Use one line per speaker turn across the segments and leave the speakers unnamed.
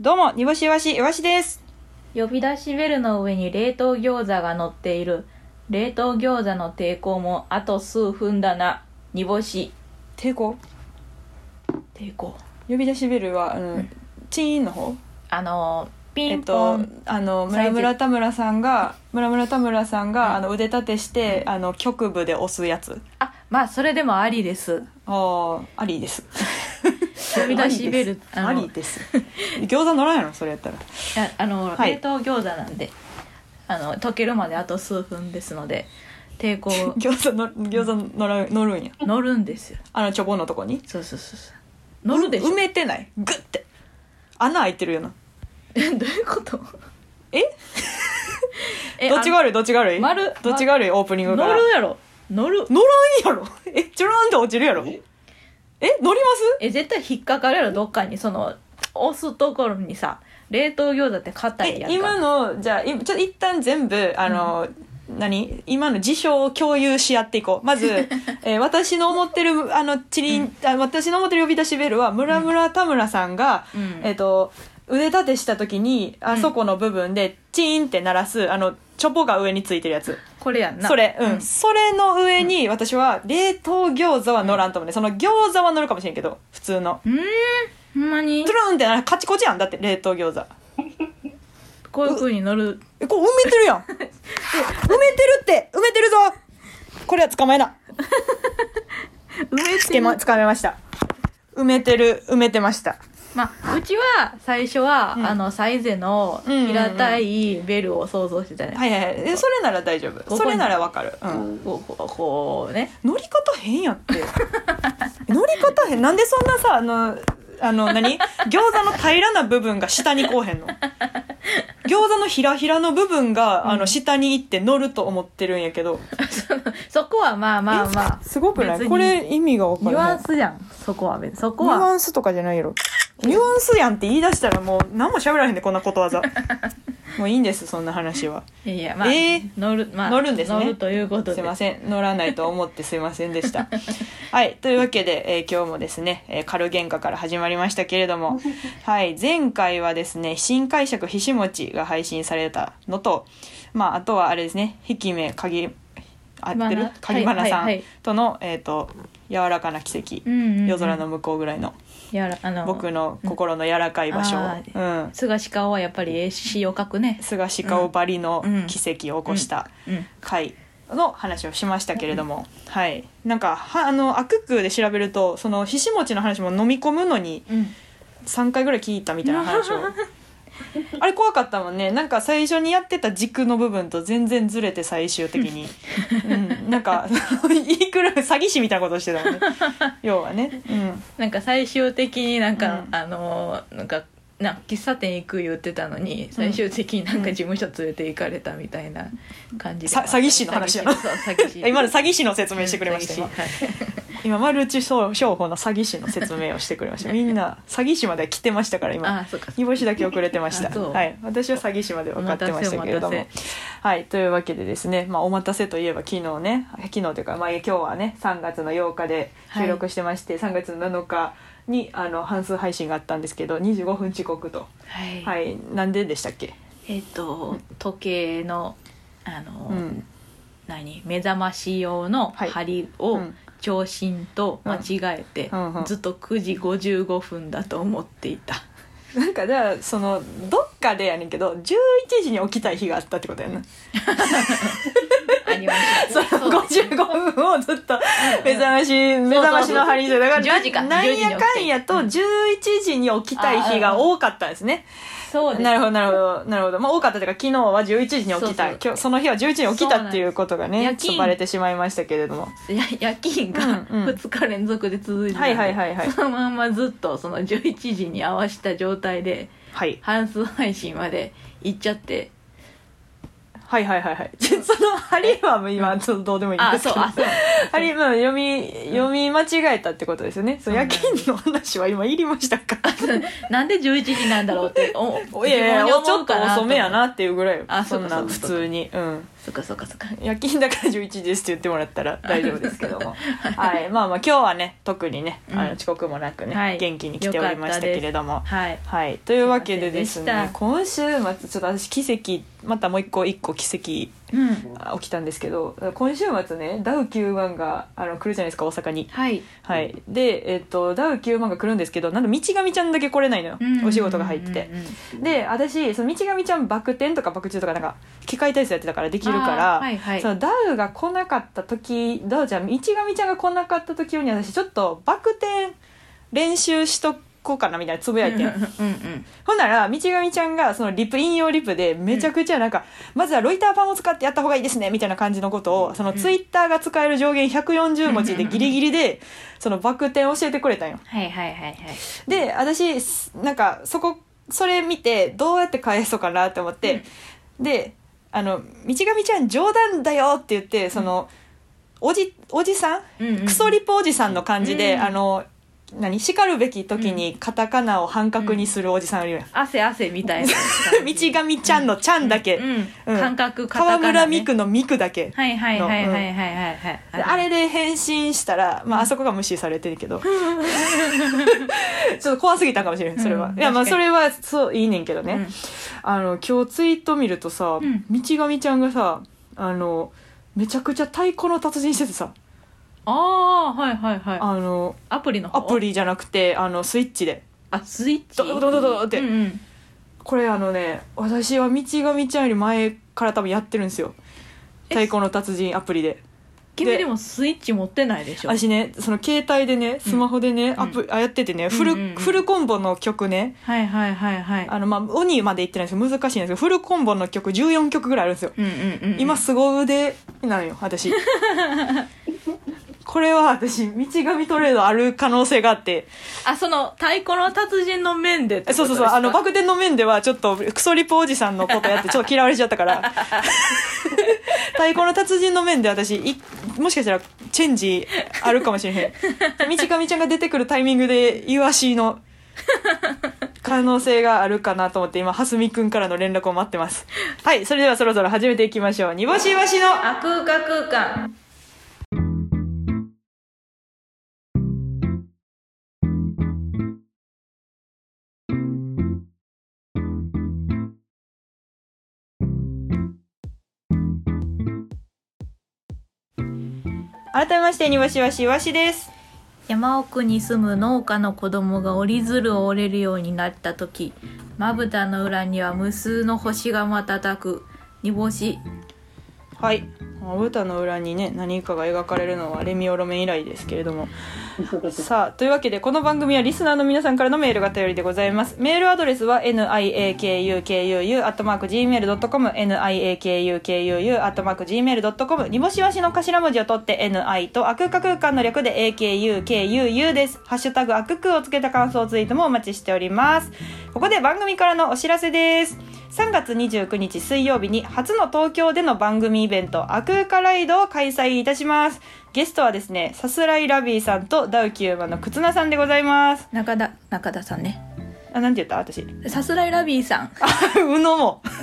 どうも、煮干しいわし、いわしです。
呼び出しベルの上に冷凍餃子が乗っている冷凍餃子の抵抗もあと数分だな煮干し
抵抗
抵抗
呼び出しベルは、あの、
うん
チーンの方
あのピ
えっ
ンポ
と
ン、、
あの、
サイ
村村
ズ
田村さんが、村村田村さん
うん
が、あの、腕立てして、あの、局部で押すやつ。
あまあそれでもありです
ああ、ありです。
呼び出しベル
あ
あの
りです。ありです餃子乗らんやろ、それやったら。
ああの、
はい
冷凍餃子なんであの溶けるまであと数分ですので 抵抗
餃子の、餃子乗ら、乗るんや。
乗るんですよ
あの、チョコのとこに。
そうそうそうそう乗るでしょ
埋めてない。グッて。穴開いてるよな。
え どういうこと
え
え
どっちが悪いどっちが悪い
丸
どっちが悪いオープニン
あの
グか
乗
ら。
るやろ乗る
乗らんやろ えちょろんと落ちるやろえ乗ります
え絶対引っかかるやろどっかにその押すところにさ冷凍餃子って硬いや
え
んか
今のじゃあいちょ一旦全部あの、何今の事象を共有し合っていこうま ず、えー私の思ってるあのチリン、あ私の思ってる呼び出しベルは村村田村さんが、
うん
えっ、と腕立てした時にあ
うん
そこの部分でチーンって鳴らすあのチョポが上についてるやつ
これやんな
それうん、
うん
それの上に私は冷凍餃子は乗らんと思うねその餃子は乗るかもしれんけど普通の
うーんほんまに
トゥルンってなカチコチやんだって冷凍餃子
こういう風に乗る
えこう埋めてるや んえ埋めてるって埋めてるぞこれは捕まえな
埋め
つけ
て
ま
ま
捕まえました埋めてる埋めてました
まあうちは最初は、
うん
あのサイゼの
うんうんうん
平たいベルを想像してたね、
はいはいはいえそれなら大丈夫
こ
それ
に
ならわかる、うん、
こうこうこうね
乗り方変やって 乗り方変なんでそんなさあのあの何餃子の平らな部分が下にこうへん の餃子のひらひらの部分があの下に行って乗ると思ってるんやけど、
そこはまあまあまあ
すごくない
別に
これ意味がわか
ニ
る
ュアンスじゃんそこは別にそこ
ニュア
は
ンスとかじゃないやろニュアンスやんって言い出したらもう何も喋らへんでこんなことわ ざもういいんですそんな話はい
やいやまあ、
えー
乗るまあ
乗るんですね
乗るということです
いません乗らないと思ってすいませんでした はいというわけで、えー今日もですね、えー軽喧嘩から始まりましたけれど もはい前回はですね新解釈ひしもちが配信されたのとまああとはあれですねひきめかぎ合って
ま
る
な
かぎばなさ
はいはい
ん
はい
との、えっ、と柔らかな奇跡、
うんうんうん
夜空の向こうぐらいの
やらあの
僕の心の柔らかい場所を、
うんあ
うん、
菅氏顔はやっぱりええ詩を書くね
菅氏顔ばりの奇跡を起こした
うん
回の話をしましたけれども、はいなんかはあのアクックで調べるとそのひしもちの話も飲み込むのに
うん
3回ぐらい聞いたみたいな話 をあれ怖かったもんねなんか最初にやってた軸の部分と全然ずれて最終的に、うん、なんか いくら詐欺師みたいなことしてたもんね要はね、うん、
なんか最終的になんか、
うん
あのーなんかな喫茶店行く言ってたのに最終的になんか事務所連れて行かれたみたいな感じで、
さ詐欺師の話やな
詐欺師そう詐欺師
今の詐欺師の説明してくれました
うん
今
詐欺師はい
今マルチ商法の詐欺師の説明をしてくれましたみんな詐欺師まで来てましたから今
あそうか
煮干しだけ遅れてました
あそう
はい私は詐欺師まで分かってましたけれど
お
も
待
はいというわけでですね、まあ、お待たせといえば昨日ね昨日というか、まあ、今日はね3月の8日で収録してまして、3月の7日にあの半数配信があったんですけど25分遅刻と
はい、
はいなんででしたっけ
えっ、と時計のあの
う
ー、
ん
何目覚まし用の
はい
針
う
を
ん
長針と間違えて、
うんうんうん
ずっと9時55分だと思っていた
なんかじゃあそのどっかでやねんけど11時に起きたい日があったってことやな
ありま し
その55分をずっと目覚まし、目覚ましの針で、だから、
10時か
なん
10時に
や
起きて
かんやと11時に起きたい日が多かったんですね。
そうです
なるほど、なるほど、なるほど。まあ多かったというか、昨日は11時に起きた。
そうそう
今日、その日は11時に起きたっていうことが
そうなん
ね、
です
ちょっとバレてしまいましたけれども。
や夜勤が
うんうん
2日連続で続いてたんで
はいはいはいはい
そのまんまずっとその11時に合わせた状態で
はい。
半数配信まで行っちゃって
はいはいはいはい。ちょその針はもう今、ちょっとどうでもいいん
あ
ですけ
そう
ど。
あそう
針、まあ読み、読み間違えたってことですよね。そう、
そうな
夜
んです
勤の話は今いりました か
なんで11時なんだろうって お
いやいや、
自
ちょ
分に思
っ
う
と
かな
遅めやなっていうぐらいよ。
あ
そ
そうんか
な
そうか
普通に。うん。
そっかそっかそっか
夜勤だから11時ですって言ってもらった ら大丈夫ですけどもはいまあまあ今日はね特にねあ
うん
の遅刻もなくね、
はい
元気に来ておりましたけれども
はい
はい、というわけでです
すいませんで
ね
した
今週末ちょっと私奇跡またもう一個一個奇
うん
跡あ起きたんですけど今週末ねダウ90000があの来るじゃないですか大阪に。
はい
はい、で、えっとダウ90000が来るんですけどなんと道上ちゃんだけ来れないのよ、お仕事が入ってて。
うんうんうん
で私その道上ちゃんバク転とかバク宙とかなんか機械体操やってたからできるか
あー
ら、
はいはい
そのダウが来なかった時ダウちゃん道上ちゃんが来なかった時より私ちょっとバク転練習しとこうかなみたいなつぶやいてん
うんうん
ほんなら、道上ちゃんが、そのリプ、引用リプで、めちゃくちゃなんか、まずはロイター版を使ってやった方がいいですね、みたいな感じのことを、そのツイッターが使える上限140文字でギリギリで、そのバク転教えてくれたんよ。
はいはいはいはい
で、私、なんか、そこ、それ見て、どうやって返そうかなって思って、で、あの、道上ちゃん冗談だよって言って、その、おじ、おじさん
うんうん
クソリポおじさんの感じで、
うん
あの、何叱るべき時にカタカナを半角にするおじさんいるやん
汗汗みたいな
道上ちゃんのちゃんだけ、
うん
うん
感覚カタカ
川村
ナね
美空の美空だけ、
はいはいはいはいはいはいはい
であれで返信したら、まあ、あそこが無視されてる けどちょっと怖すぎたかもしれんそれは、
うん
いやまあ
確
そ
か
れはそういいねんけどね、
うん
あの今日ツイート見るとさ、
うん
道上ちゃんがさあのめちゃくちゃ太鼓の達人しててさ
ああーはいはいはい
あの
アプリの方
アプリじゃなくてあのスイッチで
あスイッチ
ドドドドドって、
うんうん
これあのね私は道上ちゃんより前から多分やってるんですよ
え
太鼓の達人アプリで
君
で
でもスイッチ持ってないでしょ
私ねその携帯でねスマホでね、
ん
アプあやっててね、フ
うんうんうん
ルフルコンボの曲ね
はいはいはいはい
あの、まあ、鬼までいってないんですけど難しいんですけどフルコンボの曲14曲ぐらいあるんですよ、
うんうんうんうん
今すご腕なのよ私これは私道上トレードある可能性があって
あその太鼓の達人の面でってこと
そう
で
そ
す
うそう
か
あのバク転の面ではちょっとクソリポおじさんのことやってちょっと嫌われちゃったから 太鼓の達人の面で私いもしかしたらチェンジあるかもしれへん道上ちゃんが出てくるタイミングでイワシの可能性があるかなと思って今蓮見くんからの連絡を待ってますはいそれではそろそろ始めていきましょう煮干しイワシの
あ空間空間
改めまして煮干しイワシイワシです
山奥に住む農家の子供が折り鶴を折れるようになった時まぶたの裏には無数の星が瞬く煮干し
はいまぶたの裏にね何かが描かれるのはレミオロメン以来ですけれどもさあというわけでこの番組はリスナーの皆さんからのメールが頼りでございますメールアドレスは niakukuu.gmail.com niakukuu.gmail.com にぼしわしの頭文字を取って ni とあくか空間の略で akukuu ですハッシュタグあくくをつけた感想ツイートもお待ちしておりますここで番組からのお知らせです3月29日水曜日に初の東京での番組イベント「アクーカライド」を開催いたしますゲストはですねさすらいラビーさんとダウキューマの忽那さんでございます
中田中田さんね
あなんて言った私
さすらいラビーさん
うのも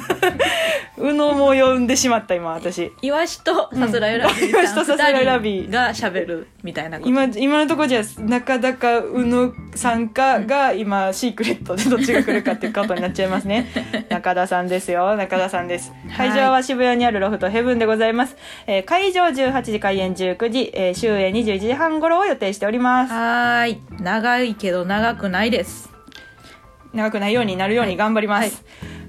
うのも呼んでしまった今私
イワシとさすらいラビ
うんイワ
ー
シ
さん
とさすらいラビー
二人が喋るみたいなこと
今今のところじゃなかなか宇野さんかが今シークレットでどっ ちが来るかっていうことになっちゃいますね 中田さんですよ中田さんです
はい
会場は渋谷にあるロフトヘブンでございます、えー会場18時開演19時、えー終演21時半頃を予定しております
はーい長いけど長くないです
長くないようになるように頑張ります、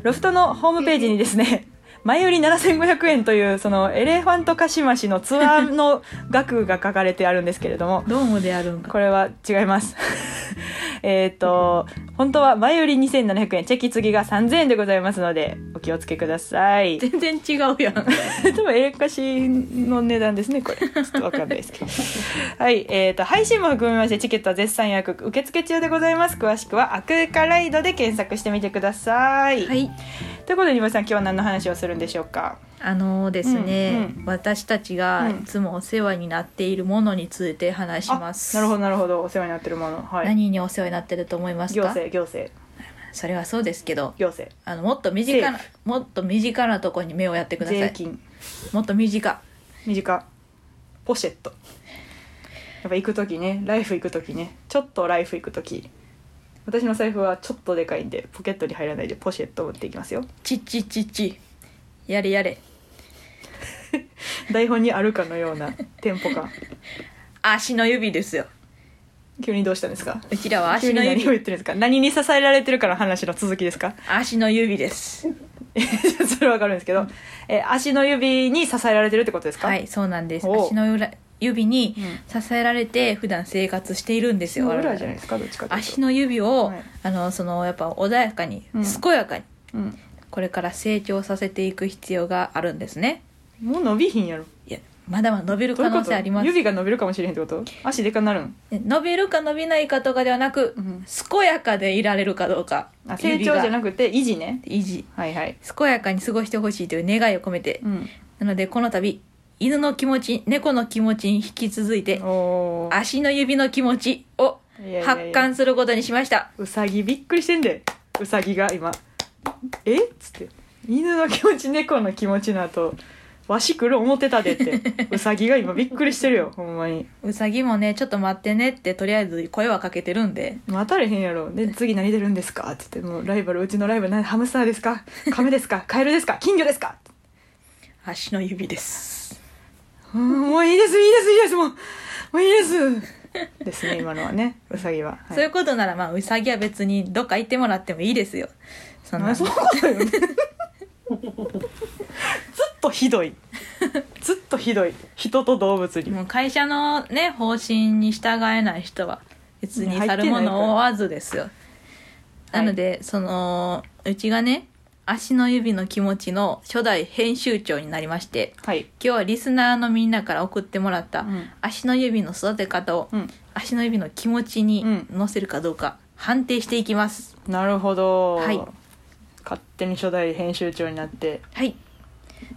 ロフトのホームページにですね 前売り7500円というそのエレファントカシマシのツアーの額が書かれてあるんですけれども
ドームでやるんか
これは違います。 えっと、本当は前より2700円、チェキ次が3000円でございますので、お気をつけください。
全然違うやん
多分エレカシの値段ですね、 これ。ちょっとわかんないですけど。はい、えっ、と、配信も含めまして、チケットは絶賛予約受付中でございます。詳しくは、アクーカライドで検索してみてください。
はい
ということで、ニボさん、今日は何の話をするんでしょうか。
あのですね、
うん
私たちが
うん
いつもお世話になっているものについて話します、
あなるほど、なるほど。お世話になってるもの。はい。
何にお世話になってると思いますか
行政、行政、
それはそうですけど
行政。
あのもっと身近な
政
もっと身近なところに目をやってくださ
税
い
金。
もっと短
短ポシェットやっぱ行く時ねライフ行く時ねちょっとライフ行く時私の財布はちょっとでかいんでポケットに入らないでポシェットを持っていきますよ
ちっちっちっちやれやれ
台本にあるかのようなテンポ 感
足の指ですよ
急にどうしたんですか
うちらは足の
急に何を言
指
ってるんですか何に支えられてるかの話の続きです か
足の指です
それはわかるんですけど、え足の指に支えられてるってことですか、
はいそうなんです
おう
足の裏指に
う
支えられて普段生活しているんです
足
よ
の裏じゃないで
我々
すかどっちかというと
足の指を、
はい
あのそのやっぱ穏やかに、
うん
健やかに
うん
これから成長させていく必要があるんですね
もう伸びひんやろ
いやまだまだ伸びる
どういうこ
可能
と
性あります
指が伸びるかもしれへんってこと足でかなるん、
ね伸びるか伸びないかとかではなく、
うん
健やかでいられるかどうか
あ成長じゃ
く
なくて維持ね
維持
はいはい、
健やかに過ごしてほしいという願いを込めて、
うん、
なのでこの度犬の気持ち猫の気持ちに引き続いて
おー
足の指の気持ちを
いやいやい
発
や
刊することにしました
うさぎびっくりしてんでうさぎが今「えっ?」つって「犬の気持ち猫の気持ちの後わし来る思ってたで」ってうさぎが今びっくりしてるよほんまに
うさぎもねちょっと待ってねってとりあえず声はかけてるんで
待たれへんやろで次何出るんですかって言ってもうライバルうちのライバル何ハムスターですかカメですかカエルですか金魚ですか
足の指です
うんもういいですいいですいいですもうもういいですですね今のはねうさぎは、はい
そういうことならまあうさぎは別にどっか行ってもらってもいいですよそんな
あそうだよねずっとひどいずっとひどい人と動物に
もう会社のね方針に従えない人は別に去るものを追わずですよ
は
ないので、そのうちがね足の指の気持ちの初代編集長になりまして
はい、
今日はリスナーのみんなから送ってもらった
うん
足の指の育て方を、
うん
足の指の気持ちに乗せるかどうか判定していきます、
なるほど、
はい
勝手に初代編集長になって
はい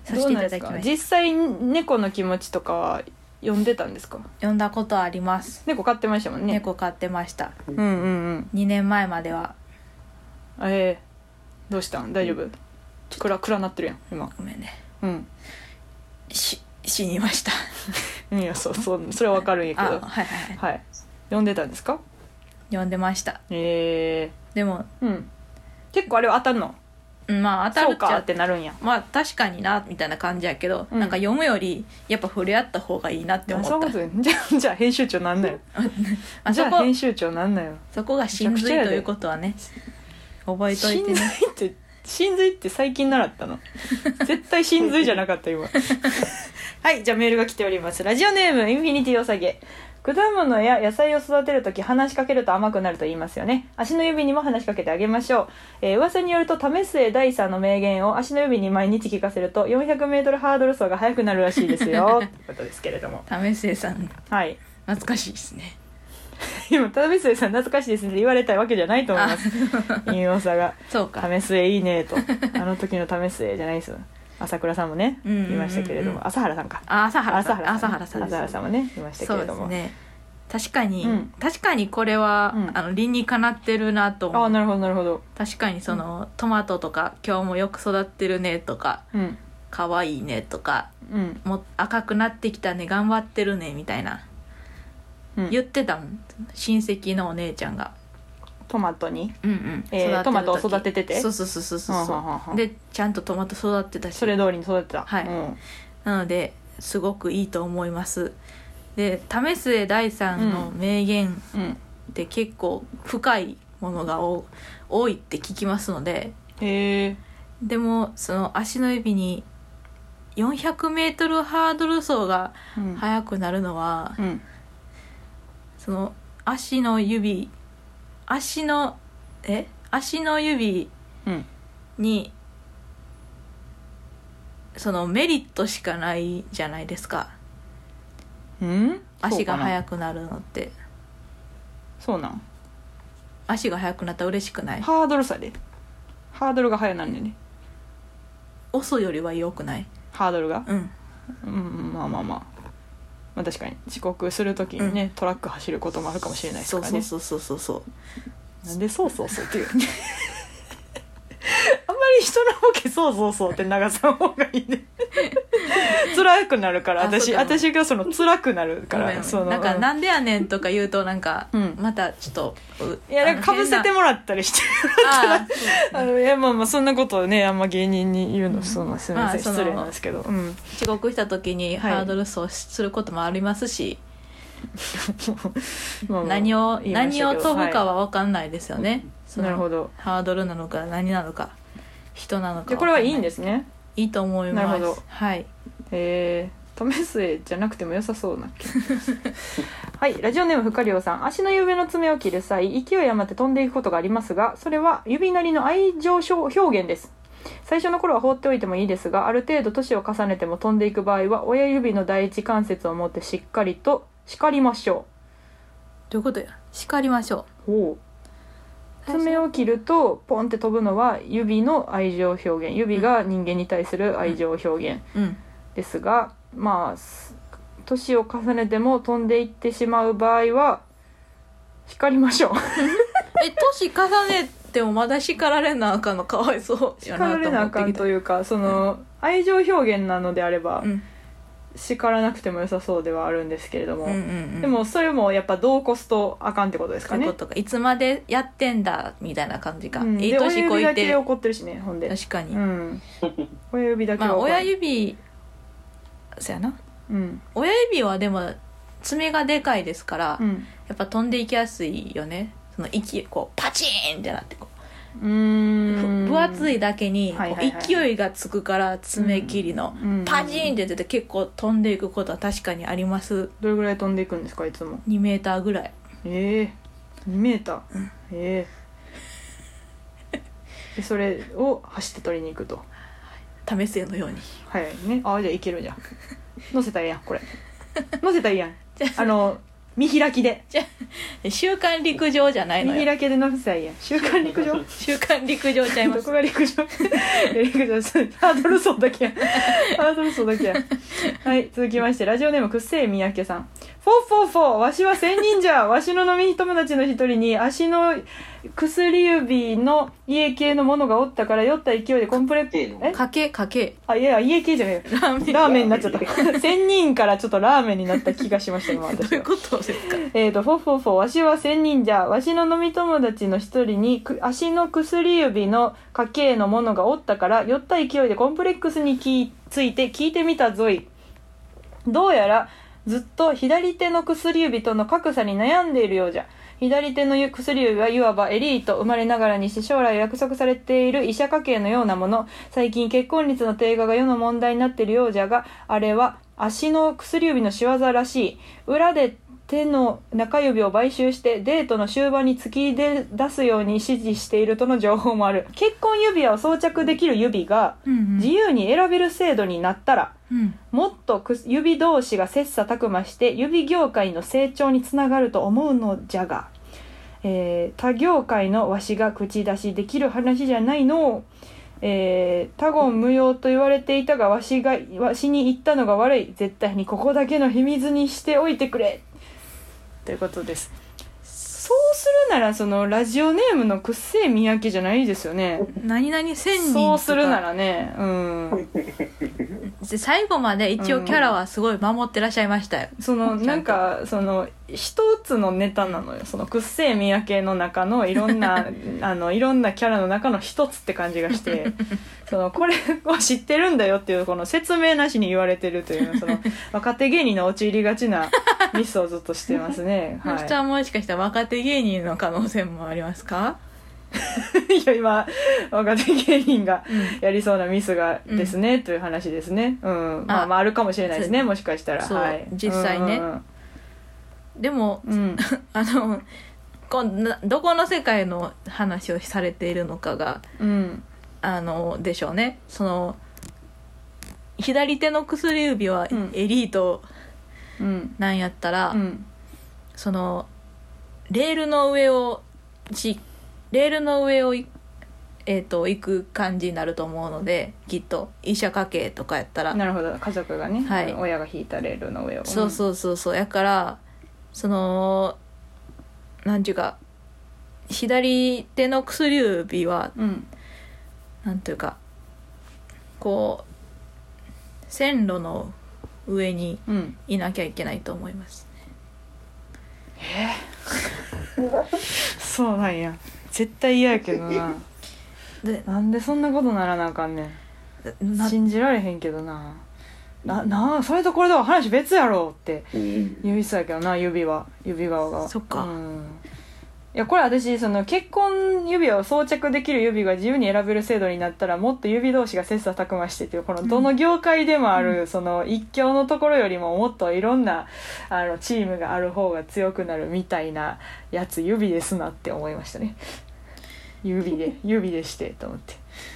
させていただき
どうなん
ま
です
し
か
た
実際猫の気持ちとかは読んでたんですか
呼んだことあります
猫飼ってましたもんね
猫飼ってました
うんうんうん
2年前までは
えー、どうしたん大丈夫暗暗なってるやん今
ごめんね
うん
し死にました
いやそうそうそれはわかるんやけ
あ
ど
はいはいはい
はい読んでたんですか
読んでました
え
でも
えうん結構あれは当たんの
うんまあ当た
そ
る
う
っちゃ
かってなるんや
まあ確かになみたいな感じやけど、
うん
なんか読むよりやっぱ触れ合った方がいいなって
で
思
も
っ
そう
た
いうことねじゃあじゃあ編集長なんなよ
あ
じ
そ
ゃあ
こ
編集長なんなよ
そこが真
めちゃくちゃ
髄
やで
ということはね覚えとい
真
て
髄
ね
って真髄って最近習った の絶対真髄じゃなかった今 はいじゃあメールが来ておりますラジオネームインフィニティおさげ果物や野菜を育てるとき話しかけると甘くなると言いますよね足の指にも話しかけてあげましょう、えー噂によると為末大さんの名言を足の指に毎日聞かせると 400m ハードル走が速くなるらしいです よということですけれども
為末さん
はい
懐かしいですね
今田辺末さん懐かしいですねって言われたいわけじゃないと思いま
あ
す陰陽さが
そうか
為末いいねと あの時の為末じゃないですよ朝倉さんもね
うんうんうんうん
いましたけれども朝原さんか
あ朝原
朝
さん
原
朝
さん
原さんです
朝原さんもねいました
そ
けれ
うで
ど
す
も、
ね確かに、
うん
確かにこれは、
うん
あの理にかなってるなと
ああ
思う
なるほどなるほど
確かにその、トマトとか今日もよく育ってるねとか
うん
可愛いねとか
うん
もう赤くなってきたね頑張ってるねみたいな
うん
言ってたもん親戚のお姉ちゃんが、
トマトに
うんうん
えー
育てる時
トマトを育ててて
そうそうそうそうそう
はんはんはんはん
でちゃんとトマト育ってたし
それ通りに育てた
はい
うん
なのですごくいいと思いますで為末大さんの名言
うん
って結構深いものが多多いって聞きますので
へえ
でもその足の指に 400m ハードル走が
うん、
速くなるのは、
うん
その足の指足のえ足の指
うん
にそのメリットしかないじゃないですか
うん
足が
い
速くなるのって
そうなん
足が速くなったら嬉しくない
ハードル差でハードルが速なんだよね
遅いよりは良くない
ハードルが
うん
うんうんまあまあまあまあ確かに遅刻するときにね、トラック走ることもあるかもしれないです
そ
か
う
らね
そうそうそうそうそう
なんでそうそうそうっていう あんまり 人のボケそうそうそうって流さん方がいいね辛くなるから
あ
私
そうかも
私がその辛くなるか
ごめん
らその
なんか「
うん
なんでやねん」とか言うとなんか、
うん
またちょっとう
いやなんか
あ
か
の
ぶせて
変
もらったりして
なあー
あのいやまあまあそんなことをねあんま芸人に言うのそのすみません
まあその
失礼なんですけど、うん、
遅刻した時に
はい
ハードル走することもありますし、
まあまあ
何を
言いましたけ
何
ど
を飛ぶか
は
は分かんないですよね、
い
その
なるほど
ハードルなのか何なのか人なのか
でこれはいいんですすね
いいと思います
なるほど
はい
えー、為末じゃなくても良さそうな気 はいラジオネームふかりょうさん足の指の爪を切る際勢い余って飛んでいくことがありますがそれは指なりの愛情表現です最初の頃は放っておいてもいいですがある程度年を重ねても飛んでいく場合は親指の第一関節を持ってしっかりと叱りましょ
ということや叱りましょ
うおう
う
爪を切るとポンって飛ぶのは指の愛情表現指が人間に対する愛情表現
うん
ですがまあす年を重ねても飛んでいってしまう場合は叱りま しょう
え年重ねてもまだ叱られなあかんのかわいそう
叱
やなと
ら
思って
れ
きた
なあかんというかその愛情表現なのであれば
うん
叱らなくても良さそうではあるんですけれども、
うんうんうん
でもそれもやっぱ度を越すとあかんってことです
そ
か
ういう
ね
こ。とかいつまでやってんだみたいな感じか、
うん
いい
で親
年こ
指だ
い
け
て
怒ってるしねほんで、
確かに、
うん、親指だけ
ま
は
あ
怒る
親指そやな
うん
親指はでも爪がでかいですから、
う
や
ん
っぱ飛んでいきやすいよねその息こうパチーンってなってこ
う
う、
ーん
分厚いだけに
はい
こ
は
う
いはい
勢いがつくから爪切りの、
うん
パチーンって出て結構飛んでいくことは確かにあります
どれぐらい飛んでいくんですかいつも
2メーターぐらい
ええー、2メーター、ええでそれを走って取りに行くと
試せのように
はいねああじゃあいけるじゃん乗せたらいいやんこれ乗せたらいいやん
じゃ
あの見開きで
「週刊陸上」じゃない
見
のよ
開きで乗せたらいいやん週刊陸上
「週刊陸上」ちゃいま
ど
す
こが陸上陸上ですハードル走だ けやハードル走だけやはい続きましてラジオネームくっせえ三宅さんフォーフォーフォーわしは千人じゃわしの飲み友達の一人に足の薬指の家系のものがおったから酔った勢いでコンプレックえ
かけかけ
あいやいや家系じゃないよ
ラーメン
ラーメンになっちゃった 千人からちょっとラーメンになった気がしました今
ど
私
うい
は
うことですか
えー、と、フォフォフォ、わしは千人じゃ、わしの飲み友達の一人に、く足の薬指の家系のものがおったから、酔った勢いでコンプレックスにきついて聞いてみたぞい。どうやら、ずっと左手の薬指との格差に悩んでいるようじゃ。左手の薬指はいわばエリート、生まれながらにして将来約束されている医者家系のようなもの。最近結婚率の低下が世の問題になっているようじゃが、あれは足の薬指の仕業らしい。裏で手の中指を買収してデートの終盤に突き出すように指示しているとの情報もある。結婚指輪を装着できる指が
うん
自由に選べる制度になったら、
うん
もっとくす指同士が切磋琢磨して指業界の成長につながると思うのじゃが、えー他業界のわしが口出しできる話じゃないの、えー他言無用と言われていたがわしがわしに言ったのが悪い絶対にここだけの秘密にしておいてくれということですそうするならそのラジオネームのくっせえ三宅じゃないですよね
何々千人とか
そうするならねうん
で最後まで一応キャラはすごい守ってらっしゃいましたよ、
その
ちゃんと
なんかその一つのネタなのよそのくっせえ三宅の中のいろん なあのいろんなキャラの中の一つって感じがして そのこれを知ってるんだよっていうこの説明なしに言われてるというそ の若手芸人の陥りがちなミスをずっとしてます ね。
は、
はい
はもしかしたら若手芸人の可能性もありますか、
い、いや今若手芸人が
うん、
やりそうなミスがですね、という話ですね。うん、まあまああるかもしれないですねもしかしたら。
そう
はい、
実際ね
うん
でも
うんうん、
あのこんなどこの世界の話をされているのかが
うん
あのでしょうねその左手の薬指は
うん
エリート
うん
なんやったら、
うん
そのレールの上をしレールの上をいえー、と行く感じになると思うのできっと医者家系とかやったら
なるほど家族がね、
はい
親が引いたレールの上を
そうそうそうそうやからそのなんていうか左手の薬指は
うん、
なんていうかこう線路の上に
うん
いなきゃいけないと思います
そうなんや絶対嫌やけど な
で
なんでそんなことならなあかんねん
な
信じられへんけどなななあそれとこれでは話別やろって
うん
言いそうやけどな指輪指輪が
そっか
うんいやこれ私その結婚指輪を装着できる指が自由に選べる制度になったらもっと指同士が切磋琢磨してっていうこのどの業界でもある、その一強のところよりももっといろんなあのチームがある方が強くなるみたいなやつ指ですなって思いましたね指で指でしてと思って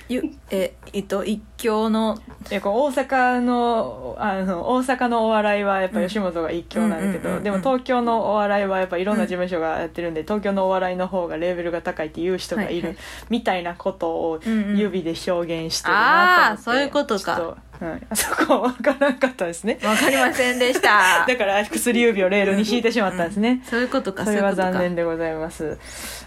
ゆええっと一強の
いやこう大阪のあの大阪のお笑いはやっぱ吉本が一強なんだけ
うんうんうんうんう
ど
ん
でも東京のお笑いはやっぱいろんな事務所がやってるんで、東京のお笑いの方がレベルが高いっていう人がいる、
はいはい
みたいなことを
うんうん
指で表現してるなと思って、
あーそういうことか
ちょっと、うん、そこは分からなかったですね
わかりませんでし た
だから薬指をレールに引いてしまったんですね、
そういうことか
それ
ういう
は
ことか
残念でございます。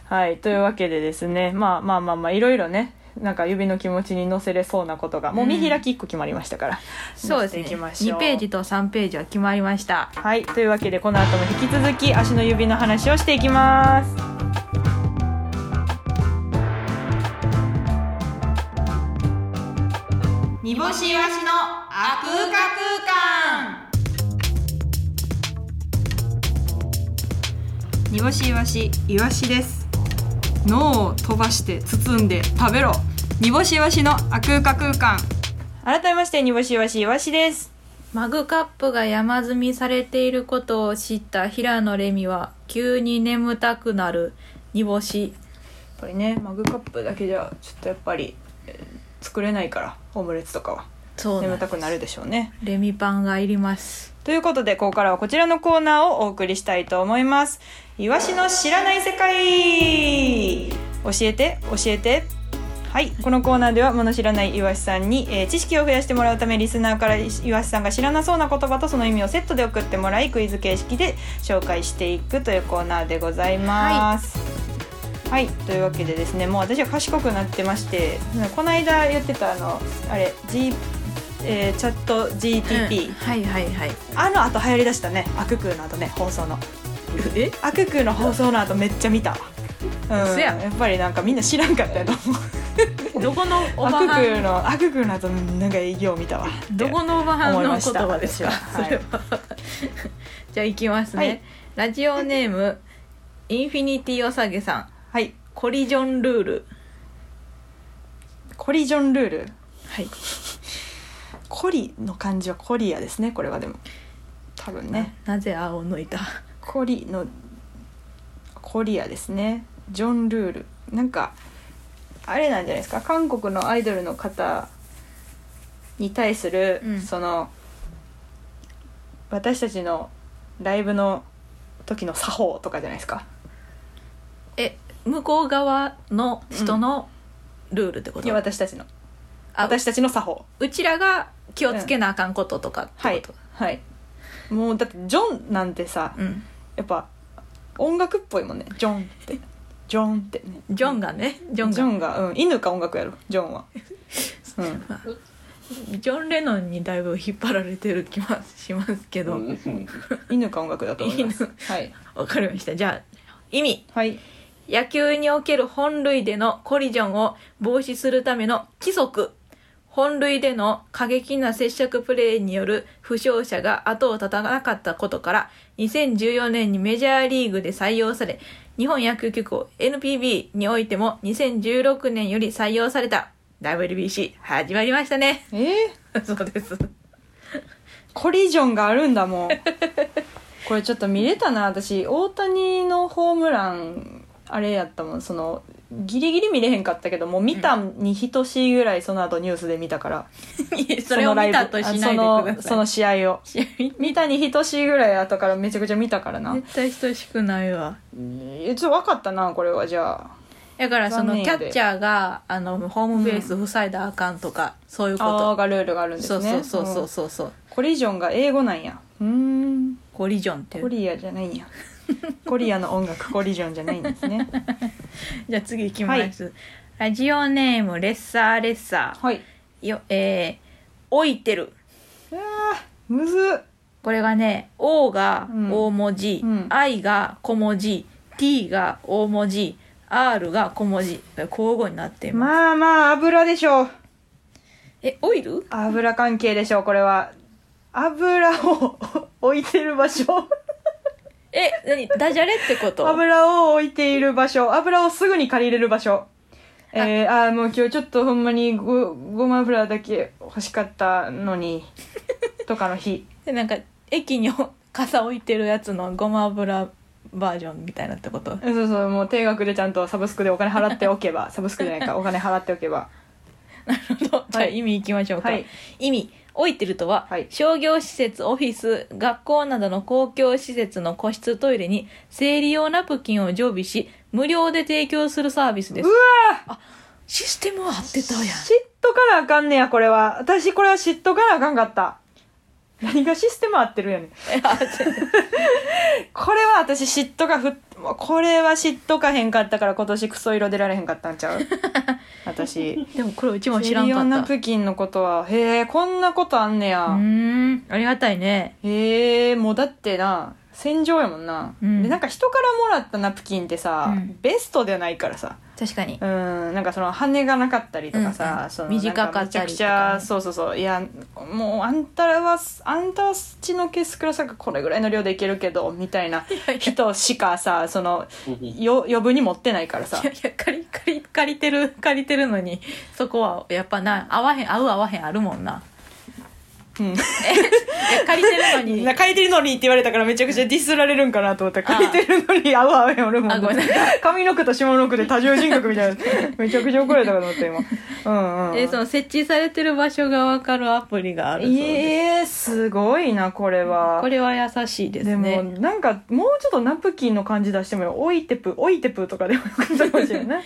はい、というわけでですね、まあまあまあまあいろいろね、なんか指の気持ちに乗せれそうなことが、もう見開き1個決まりましたから。
そうですね
出していきましょう
2ページと3ページは決まりました
はい、というわけでこの後も引き続き足の指の話をしていきます。
煮干しわしのあ空か空間
煮干しイワシイワシです脳を飛ばして包んで食べろ煮干しイワシのあ空か空間改めまして煮干しイワシイワシです
マグカップが山積みされていることを知った平野レミは急に眠たくなる煮干し
やっぱりねマグカップだけじゃちょっとやっぱり、えー作れないからオムレツとかは
そうな
眠
んで
た
す
くなるでしょうね
レミパンがいります
ということでここからはこちらのコーナーをお送りしたいと思いますイワシの知らない世界教えて教えてはいこのコーナーでは物知らないイワシさんに、えー知識を増やしてもらうためリスナーからイワシさんが知らなそうな言葉とその意味をセットで送ってもらいクイズ形式で紹介していくというコーナーでございますはい、というわけでですねもう私は賢くなってましてこの間言ってたあのあれ、G えーチャット GTP、
うんはいはいはい
あの後流行りだしたねアククーの後ね放送の
え
アククーの放送の後めっちゃ見たわうん、
嘘や
や
ん
っぱりなんかみんな知らんかったやと思
どこの お
うア
ば
クク
は
ー
ん
のアククーの後なんか営業見たわ
どこのおばはんの言葉ですか
思いました私は
それは じゃあいきますね、
はい
ラジオネームインフィニティおさげさん
はい
コリジョンルール
コリジョンルール
はい
コリの漢字はコリアですねこれはでも多分ね
なぜ青を抜いた
コリのコリアですねジョンルールなんかあれなんじゃないですか韓国のアイドルの方に対する、
うん
その私たちのライブの時の作法とかじゃないですか
え向こう側の人のルールってこと、
いや私たちの
あ
私たちの作法
うちらが気をつけなあかんこととかっ
は
て
い
こと、
はいもうだってジョンなんてさ、
うん
やっぱ音楽っぽいもんねジョンってジョンってね
ジョンがねジ
ジ
ョン
ョン
が
がうん、犬か音楽やろジョン は、うん、
ジョン・レノンにだいぶ引っ張られてる気はしますけど、
犬か音楽だと思います。はい。
わかりましたじゃあ意味
はい。
野球における本塁でのコリジョンを防止するための規則本塁での過激な接触プレーによる負傷者が後を絶たなかったことから2014年にメジャーリーグで採用され日本野球機構 NPB においても2016年より採用された WBC 始まりましたね
えー、
そう です
コリジョンがあるんだ もん。これちょっと見れたな、私。大谷のホームラン、あれやったもん。その、ギリギリ見れへんかったけど、もう見たに等しいぐらいその後ニュースで見たから。
それを
のライ
見
ブ
たとしない
あ
でください
その、その試合を。見たに等しいぐらい後からめちゃくちゃ見たからな。
絶対等しくないわ
え、ちょっと分かったな、これはじゃあ。
だからその
残念
キ
や
ャ
で
ッチャーがあのホームベース塞いだらあかんとか、そういうこ
あー
と
がルールがあるんです
そう
ね。
そうそうそうんそうそう
コリジョンが英語なんや。うーん。
コリジョンってい
コ
う
リアじゃないんやコリアの音楽コリジョンじゃないんです ね
じゃあ次いきます、ラジオネームレッサーレッサ
はい
ーよえー、老いてる
むずっ
これがね O が大文字、
うんうん
I が小文字 T が大文字 R が小文字交互になっています、
まあまあ油でしょう
えオイル
油関係でしょうこれは油を 置いてる場所
え何ダジャレってこと
油を置いている場所油をすぐに借りれる場所えー、あーもう今日ちょっとほんまにごごま油だけ欲しかったの にとかの日
でなんか駅にお傘置いてるやつのごま油バージョンみたいなってこと
そうそうもう定額でちゃんとサブスクでお金払っておけばサブスクじゃないかお金払っておけば
じゃあ意味いきましょうか、
はい
意味置いてるとは、
はい
商業施設オフィス学校などの公共施設の個室トイレに生理用ナプキンを常備し無料で提供するサービスです
うわ
システムは合ってたやん
知っとかなあかんねやこれは私これは知っとかなあかんかった何がシステム合ってるやねんこれは私知っとかふっもうこれは知っとかへんかったから今年クソ色出られへんかったんち ゃう私
でもこれうちも知
セ
らん
リオ
か
ナ
ったう
プキンのことはへえこんなことあんねや、
ーんありがたいね
へえもうだってな戦場やもんな、
うん
でなんか人からもらったナプキンってさ、
うん
ベストではないからさ
確かに
うんなんかその羽がなかったりとかさ、
うんうん
その
短かったりとかね
なんめちゃくちゃそうそうそういやもうあんたらはあんたは血の毛少なさがこれぐらいの量でいけるけどみたいない
やいや
人しかさそのよ余分に持ってないからさ
いやいや借り借り借りてる 借りてるのにそこはやっぱな合わへん合う合わへんあるもんな
うん
いや借りてるの
みん
に
な借りてるのにって言われたからめちゃくちゃディスられるんかなと思ったら
ああ
借りてるのに合う合うよ俺も
あごめん
上の句と下の句で多重人格みたいなめちゃくちゃ怒られたかと思った今うんうん
えその設置されてる場所が分かるアプリがあるそうです、
えー、すごいなこれは
これは優しいで
ですも
ね
なんかもうちょっとナプキンの感じ出してもよ「おいてぷおいてぷ」とかでもよかったかもしれ ない、う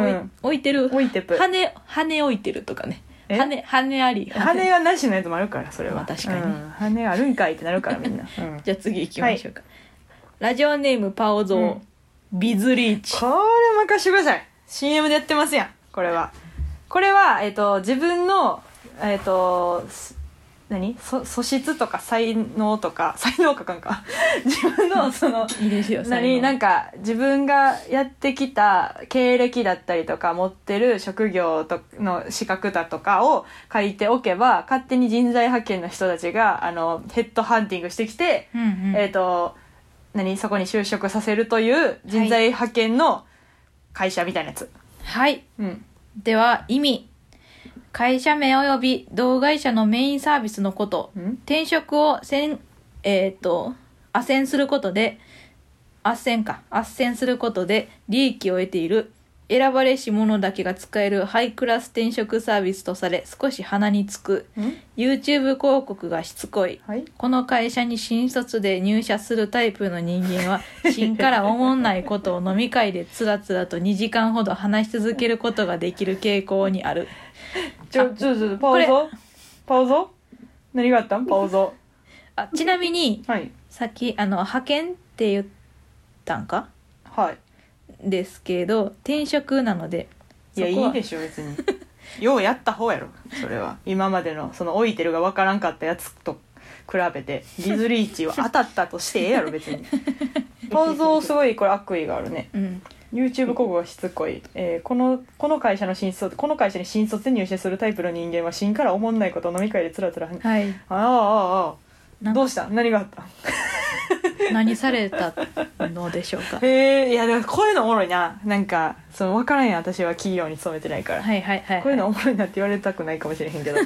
置い
ん、
置いてる
おいてぷ
羽羽置いてるとかね
え
羽羽あり
羽はなしのやつもあるからそれは、
まあ確かに
うん羽あるんかいってなるからみんな、うん
じゃあ次行きましょうか、ラジオネームパオゾー、
うん
ビズリーチ
これ任してください CM でやってますやんこれはこれは、えっと自分のえっ、とす何そ素質とか才能とか才能かかんか 自分のその
いいですよ
何なん
か
か自分がやってきた経歴だったりとか持ってる職業との資格だとかを書いておけば勝手に人材派遣の人たちがあのヘッドハンティングしてきて
うんうん
えっ、と何そこに就職させるという人材派遣の会社みたいなやつ、
はい
うん
では意味会社名及び同会社のメインサービスのこと
ん
転職をせんえっ、と斡旋することで斡旋か斡旋することで利益を得ている選ばれし者だけが使えるハイクラス転職サービスとされ少し鼻につく YouTube 広告がしつこい
はい
この会社に新卒で入社するタイプの人 間は芯から思んないことを飲み会でつらつらと2時間ほど話し続けることができる傾向にある
ちょちょちょパオゾパオゾ何があったんパオゾ
あちなみに
はい
さっきあの派遣って言ったんか
はい
ですけど転職なので
いやい
そこはい
でしょ別に ようやった方やろそれは今までのその置いてるが分からんかったやつと比べてディズリーチは当たったとしてええやろ別 にパウゾーすごいこれ悪意があるね
うん
YouTube 広告がしつこい、えーこのこの会社の新卒この会社に新卒で入社するタイプの人間は芯から思んないことを飲み会でつらつら話
はい
あああああ
な
あ
んか
どうした何があった
何されたのでしょう か
へえいやでもこういうのおもろいななんかその分からんやん私は企業に勤めてないから
はいはいはい、
こういうのおもろいなって言われたくないかもしれへんけど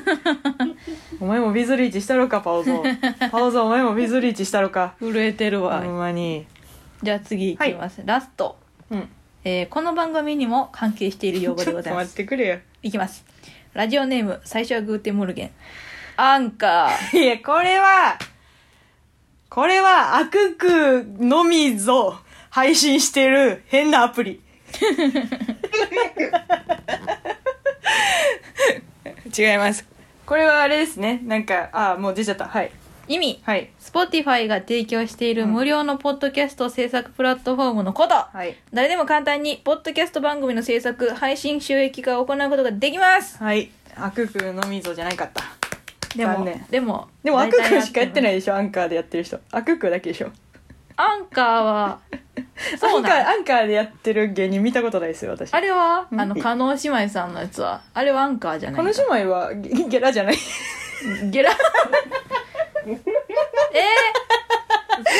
お前もビズリーチしたろかパオゾーパオゾーお前もビズリーチしたろか
震えてる
ほ
わ、
んまに
じゃあ次いきます、ラスト、
うん
えーこの番組にも関係している用語
ち
で
ょ
ご
っ
ざ
と
いま
待っ
す
てくれよ
いきます。ラジオネーム、最初はグーテンモルゲン。アンカー。
いやこれはこれはアククのみぞ配信してる変なアプリ違いますこれはあれですねなんかああもう出ちゃったはい
意味、
はい
Spotify が提供している無料のポッドキャスト制作プラットフォームのこと。
はい
誰でも簡単に、ポッドキャスト番組の制作、配信収益化を行うことができます。
はいアククのみぞじゃないかった
でも
残念
でも
でもアククしかやってないいでしょアンカーでやってる人アククだけでしょ
アンカ ーはそ
ア
う
ンカー
なん
アンカーでやってる芸人見たことないですよ私
あれは
うん
あの加納姉妹さんのやつはあれはアンカーじゃない
この姉妹は ゲゲラじゃない
ゲラえー、嘘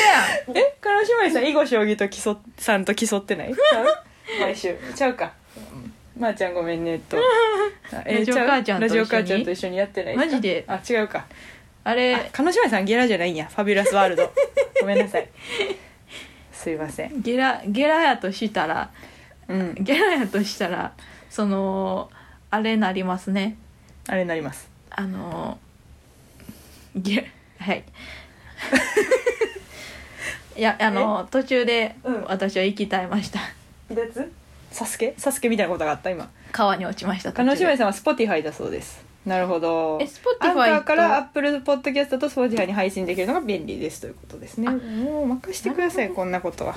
やん
えこの姉妹さん囲碁将棋と競っさんと競ってないちゃう毎週ちゃうかまー、ちゃんごめんね とあ
ラジオ
ちう
母ちゃん
ラ
と一緒に
ジオ母ちゃんと一緒にやってないすか
マジで
あ違うか
あ
あ
れ
叶姉妹さんゲラじゃないんやファビュラスワール ドごめんなさいすいません
ゲラゲラやとしたら
うん
ゲラやとしたらそのあれなりますね
あれになります
あのゲはい いやあの途中で
うん
私は息絶えました
別サスケサスケみたいなことがあった今
川に落ちました
叶姉
途中
妹
で
さんは Spotify だそうですなるほど
え Spotify
アンカーか
と
ら Apple Podcast と Spotify に配信できるのが便利ですということですね
あ
もう任してくださいこんなことは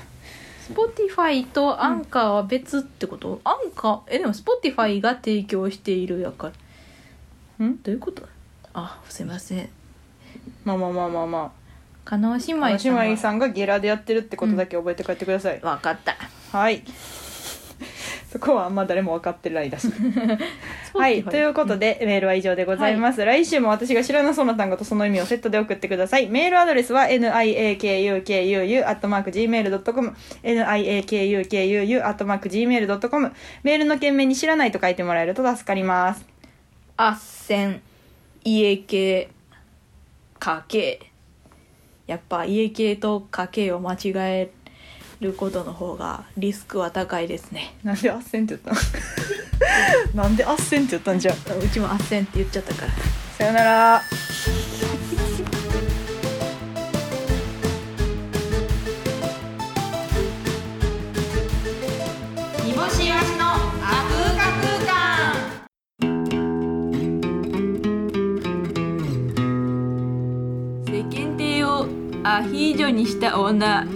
Spotify とアンカーは別ってこと、アンカーえでも Spotify が提供しているやから
ん
どういうことあすいません
まあまあまあまあま
加納
あ
姉妹
叶
さんは
姉妹さんがゲラでやってるってことだけ覚えて帰ってください、
わかった
はい そこはあんま誰も分かってないらしいはい、ということで、メールは以上でございます、来週も私が知らなそうな単語とその意味をセットで送ってくださいメールアドレスは niakukuu.gmail.com niakukuu.gmail.com メールの件名に知らないと書いてもらえると助かります
あっせん家系家系やっぱ家系と家系を間違えることの方がリスクは高いですね
なんであっせんって言ったの なんであっせんって言ったんじゃん
うちもあっせんって言っちゃったから
さよなら
煮干しわしのあふか空間世間体をアヒージョにした女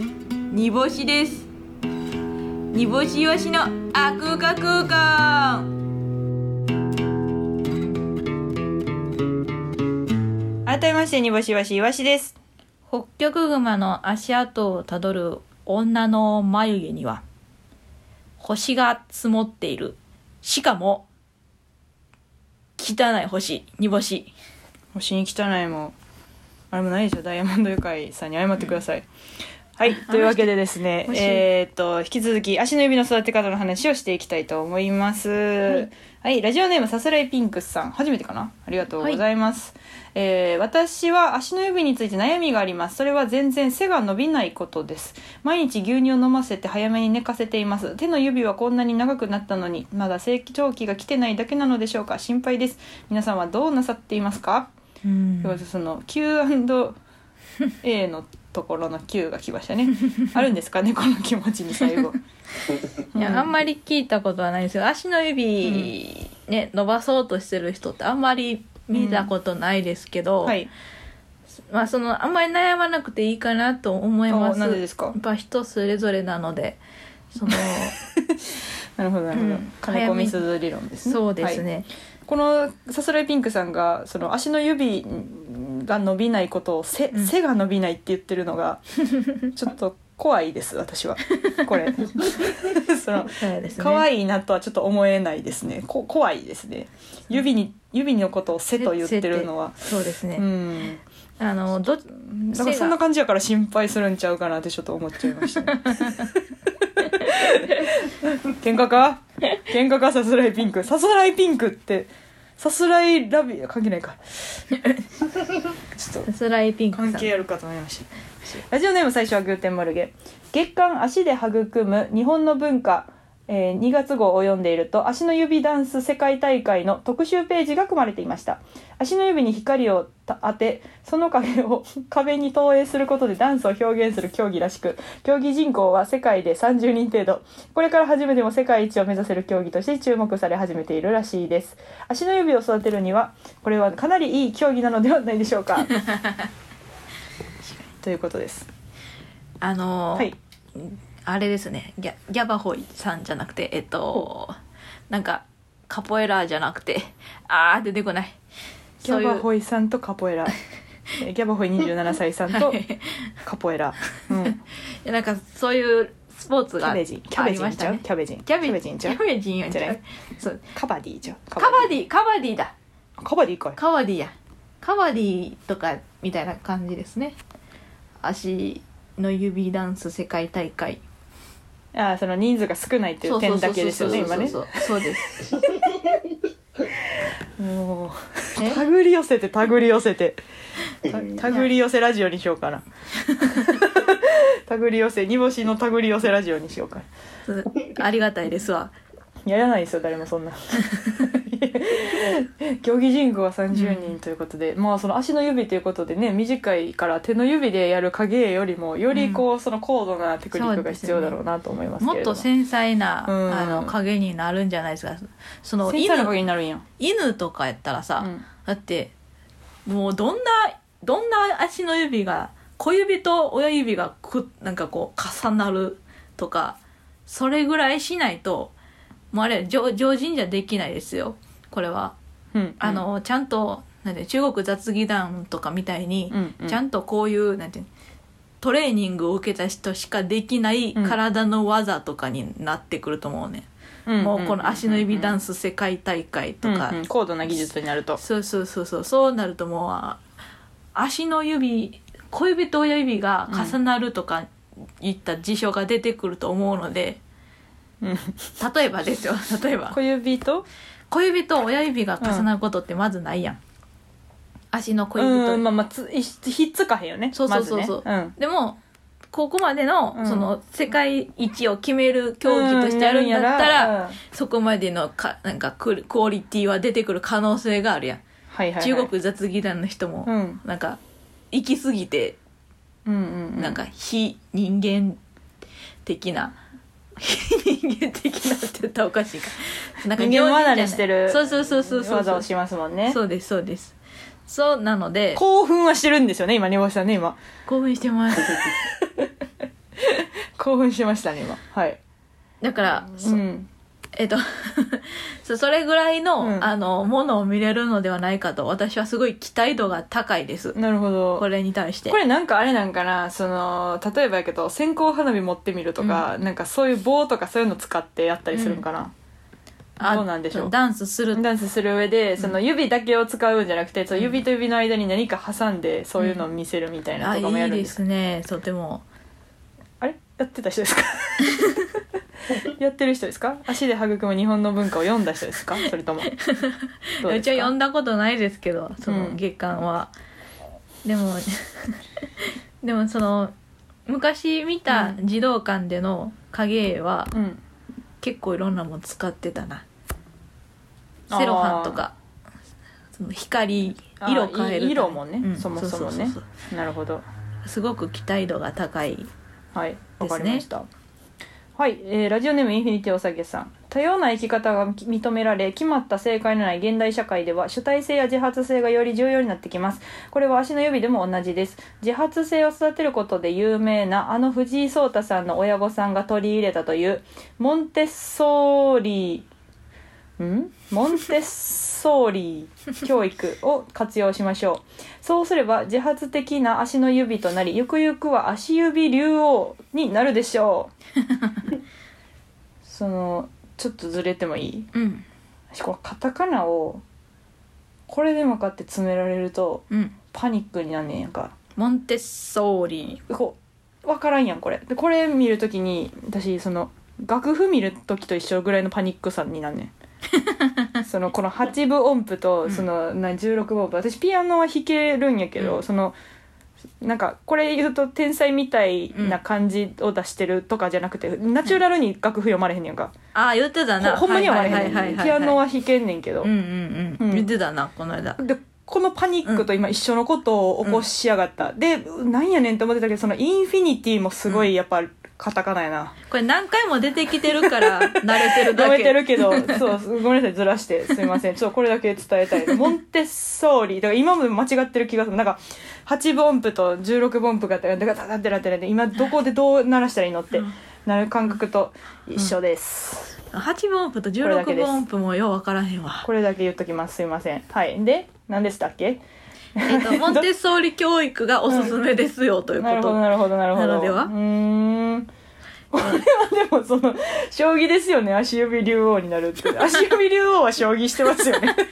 煮干しです煮干しわしのあふか空間
改めましてにぼしわしいわしです
北極熊の足跡をたどる女の眉毛には星が積もっているしかも汚い星煮干し
星に汚いもあれもないでしょダイヤモンド愉快さんに謝ってください、はいというわけでですね
星
えーっと引き続き足の指の育て方の話をしていきたいと思いますはい
い、
ラジオネームさすらいピンクスさん初めてかなありがとうございます、えー私は足の指について悩みがありますそれは全然背が伸びないことです毎日牛乳を飲ませて早めに寝かせています手の指はこんなに長くなったのにまだ成長期が来てないだけなのでしょうか心配です皆さんはどうなさっていますか
うん
要はその Q&A のところの Q が来ま したねあるんですかねこの気持ちに最後
いや、あん
り
まり聞いたことはないんですよ足の指、ね伸ばそうとしてる人ってあんまり見たことないですけ ど、
はい
まあそのあんまり悩まなくていいかなと思いま
お
す
なぜですか
やっぱ人それぞれなので その
なるほどなるほど、
うん
金子みすず理論ですね
そうです
はい
ね、
このさすらいピンクさんがその足の指が伸びないことを背,、
うん
背が伸びないって言ってるの がちょっと怖いです私 はこれその
そうですね
可愛いなとはちょっと思えないですねこ怖いですね指に指のことを背と言ってるのは
そうですね、
うん
あのど
だからそんな感じやから心配するんちゃうかなってちょっと思っちゃいました、ね、喧嘩か喧嘩かさすらいピンクさすらいピンクってさすらいラビ関係ないかちょっと
さすらいピンクさん
関係あるかと思いましたラジオネーム最初はグーテンモルゲ月刊足で育む日本の文化、えー2月号を読んでいると足の指ダンス世界大会の特集ページが組まれていました足の指に光を当てその影を 壁に投影することでダンスを表現する競技らしく競技人口は世界で30人程度これから初めても世界一を目指せる競技として注目され始めているらしいです足の指を育てるにはこれはかなりいい競技なのではないでしょうかということです
あの、
はい
あれですねギャギャバホイさんじゃなくてえっとなんかカポエラーじゃなくてあー出てこない
ギ
そう
ャ
い
バ
う
ホイさんとカポ エラえギャバホイ27歳さんと
はい
カポエラ、 うん、
いやなんかそういうスポーツ
キ
が
ャ
あ
ベ
り
ジンキャベジ
ま
ン
し
ちゃ
た
う
ね
キャベジン
キャベ
ジ
ジ
ン
ン
ち
キ
ゃう
ャベジンやん
じゃない
そう
カバディちゃう
カ
カ
バディカバディだ
カバディかい
カバディやカバディとかみたいな感じですね足の指ダンス世界大会
ああその人数が少ないっていう点だけですよね今ね
そうそうそうそうそうです
もう
え
手繰り寄せて手繰り寄せてた手
うん
繰り寄せラジオにしようか な手繰り寄せ煮干しの手繰り寄せラジオにしようかな
そうありがたいですわ
やらないですよ誰もそ んな競技人口は30人ということで、まあその足の指ということでね短いから手の指でやる影絵よりもよりこう、その高度なテクニックが必要だろうなと思いますけ
もっ
れども、
と繊細な、
うん
あの影になるんじゃないですかその
繊細な影
犬
になるんや、
犬とかやったらさ、
うん
だってもうどんなどんな足の指が小指と親指がくなんかこう重なるとかそれぐらいしないともうあれ常常人じゃできないですよこれは。
うん
あ、の、ちゃんとなんて中国雑技団とかみたいに、
うんうん
ちゃんとこういうなんていうのトレーニングを受けた人しかできない体の技とかになってくると思うね、もうこの足の指ダン
ス
ス世界大会とか、
高度な技術になると
そうそうそうそうそうなるともうあ足の指小指と親指が重なるとかいった事象が出てくると思うので、
うん
例えばで すよ例えば
小指と
小指と親指が重なることってまずないやん、足の小指と、
うんまあまあつひひっつかへんよね
そうそうそうそう
まずねん
でもここまでの,、
うん
その世界一を決める競技としてあるんだったら,、
うんやるんやらうん
そこまでのかなんかククオリティは出てくる可能性があるやん、
はいはいはい、
中国雑技団の人も、
うん
なんか行き過ぎて
うんうんうん
なんか非人間的な、非人間的なって言ったらお かしいかなんか
人間離れ
常人じゃない
してる
そうそうそうそうそう
技をしますもんね
そうですそうですそうなので
興奮はしてるんですよね今煮干しさんね今
興奮してます
興奮しましたね今はい
だから、そ
うん
えっと そうそれぐらいの、
うん
あのものを見れるのではないかと私はすごい期待度が高いです
なるほど
これに対して
これなんかあれなんかなその例えばやけど線香花火持ってみるとか、なんかそういう棒とかそういうの使ってやったりするんかな、
あ
どうなんでしょう
ダンスする
ダンスする上でその指だけを使うんじゃなくてその指と指の間に何か挟んでそういうのを見せるみたいな
あ
とかもや
いい
るん
で
ですか、
すねとても
あれやってた人ですか やってる人ですか足で育む日本の文化を読んだ人ですかそれともど
う
です
ち
か
は読んだことないですけどそうの
ん
月間は、でも でもその昔見た
うん
児童館での影絵は
うん
結構いろんなもん使ってたな
あー
セロハンとかその光
あー
色変えるため
い色もね
うん
そもそもね
ううう
なるほど
そうすごく期待度が高い
はい、わかりました。はい、えーラジオネームインフィニティおさげさん。多様な生き方が認められ、決まった正解のない現代社会では、主体性や自発性がより重要になってきます。これは足の指でも同じです。自発性を育てることで有名な、あの藤井聡太さんの親御さんが取り入れたという、モンテッソーリー、んモンテッソーリー教育を活用しましょう。そうすれば自発的な足の指となり、ゆくゆくは足指竜王になるでしょう。その、ちょっとずれてもいい
うん
私このカタカナを、これでもかって詰められると、
うん
パニックになんねんやんか。
モンテッソーリ
こう、わからんやん、これ。で、これ見るときに、私、その、楽譜見るときと一緒ぐらいのパニックさになんね ん。その、この8分音符と、その、な16分音符。私、ピアノは弾けるんやけど、
うん
その、なんか、これ言うと、天才みたいな感じを出してるとかじゃなくて、ナチュラルに楽譜読まれへんねやんか。
ーああ言ってたな
ほほんまには読ま
は
れ
いはい
へ
はい
ん
は
ね
い
ん。ピアノ
は
は弾けんねんけど。
うんうんう
うんん
言ってたなこの間
でこのパニックと今一緒のことを起こしやがった、でなんやねんと思ってたけどそのインフィニティもすごいやっぱカタカナやな、
これ何回も出てきてるか ら慣れてるだ
読
け
めてるけどそうごめんなさいずらしてすいませんちょっとこれだけ伝えたいモンテッソーリだから今も間違ってる気がするなんか8分音符と16分音符があってダダダダダダで今どこでどう鳴らしたらいいのってなる感覚と一緒です、
8分音符と
これだけ
16
です
分音符もようわからへんわ
これだけ言っときますすいませんはいで何でしたっけ
えっとモンテッソーリ教育がおすすめですよというこ
なるほど
と
なるほどなるほど
なのでは
うーんこれはでもその将棋ですよね足指竜王になるって足指竜王は将棋してます よねこれは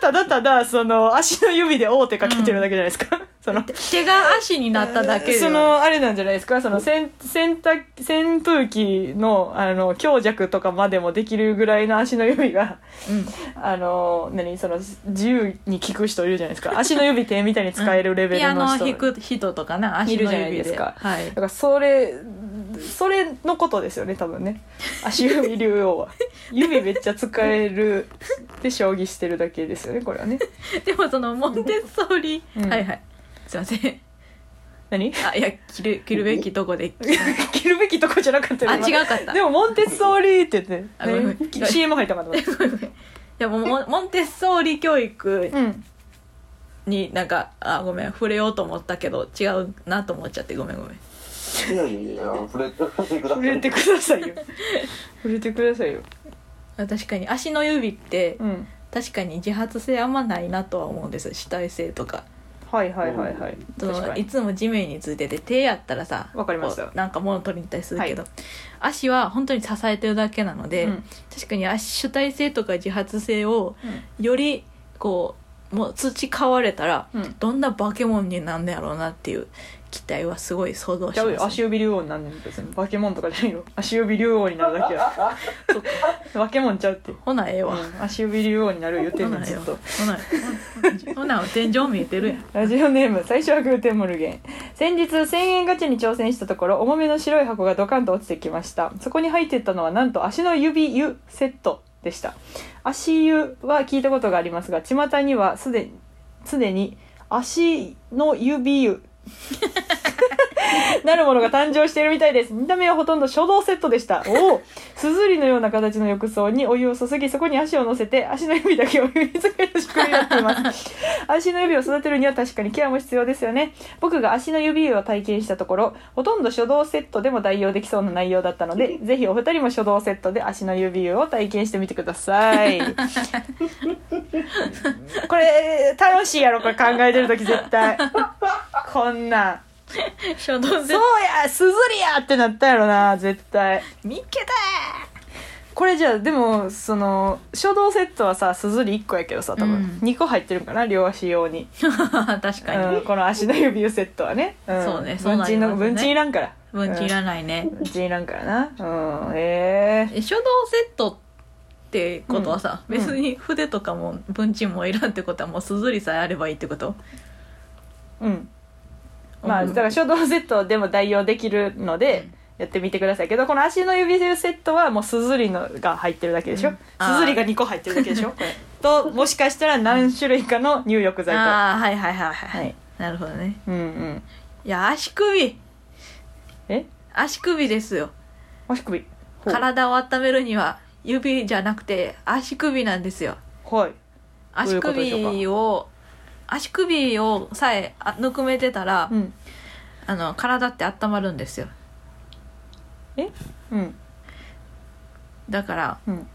ただただその足の指で王手かけてるだけじゃないですか、その
手が足になっただけで
そのあれなんじゃないですかその扇洗濯扇風機のあの強弱とかまでもできるぐらいの足の指が
うん
あの何その自由に効く人いるじゃないですか足の指手みたいに使えるレベ
ピア
ルの
ノを
人、
弾く人とかな足
いる
の
じゃない
指
です
で
か
はい
だからそれそれのことですよね多分ね足指竜王 は指めっちゃ使えるで将棋してるだけですよねこれはね
でもそのモンテッソーリ、
うん
はいはいすいません
何
あいや切る切るべきとこで
切るべきとこじゃなかったよ
あ
今
違うかった
でもモンテッソーリーって言って、
あごめんごめん
ね、CM 入ったかと思った
でもモンモンテッソーリ教育
うん
になんかあごめん触れようと思ったけど違うなと思っちゃってごめんごめん
いやいやいや、触れてくださ
触れ
い。
てくださいよ触れてくださいよ
あ確かに足の指って
うん
確かに自発性あんまないなとは思うんです主体性とか
はいはいはいはい
そ
確
の
か
い
に
つも地面についてて手やったらさ
わかりますよ
こうなんか物取りに行ったりするけど、
は
足は本当に支えてるだけなので、
うん
確かに足主体性とか自発性をよりこうもう培われたら
うん
どんな化け物になんねやろうなっていう期待はすごい想像し
ちゃうよ
ま
足
す、
指竜王になんねん別に化け物とかじゃないよ足指竜王になるだけや
そっか
化け物ちゃうって、
ほなええわ、
うん足指竜王になる言って
ほ
んの
な
に
ええ
ずっ
わ
と
ほなほなほな天井見えてるやん
ラジオネーム最初はグーテンモルゲン先日1000円ガチャに挑戦したところ重めの白い箱がドカンと落ちてきましたそこに入っていったのはなんと足の指湯セットでした足湯は聞いたことがありますが巷にはすで常に足の指湯 なるものが誕生しているみたいです見た目はほとんど書道セットでしたおおすずりのような形の浴槽にお湯を注ぎそこに足を乗せて足の指だけ お湯につける仕組みになっています足の指を育てるには確かにケアも必要ですよね僕が足の指を体験したところほとんど書道セットでも代用できそうな内容だったの でぜひお二人も書道セットで足の指を体験してみてくださ いこれ楽しいやろこれ考えてる時絶対こんなん
書道
そうやすずりやってなったやろな絶対
見っけた
これじゃあでもその書道セットはさすずり1個やけどさ多
う
分
ん
2個入ってるんかな両足用に
ー確かに、
うん、この足の指をセットはね、ん
そうねそうなります
文鎮の
ね
文鎮いらんから
文字いらないね、
文鎮いらんからなうんええ
え書道セットってことはさ、
うん
別に筆とかも文鎮もいらんってことはもうすずりさえあればいいってこと
うんまあ
うん
だから書道セットでも代用できるのでやってみてくださいけどこの足の指セットはもうすずりのが入ってるだけでしょ
うんあー
すずりが2個入ってるだけでしょこれともしかしたら何種類かの入浴剤とは
ああはいはいはいはい、
い
なるほどね
うんうん
いや足首
え
足首ですよ
足首ほう
体を温めるには指じゃなくて足首なんですよ
はいどうい
足
うことでしょうか
首を足首をさえあぬくめてたら、
うん
あの体って温まるんですよ
うん
だから
うん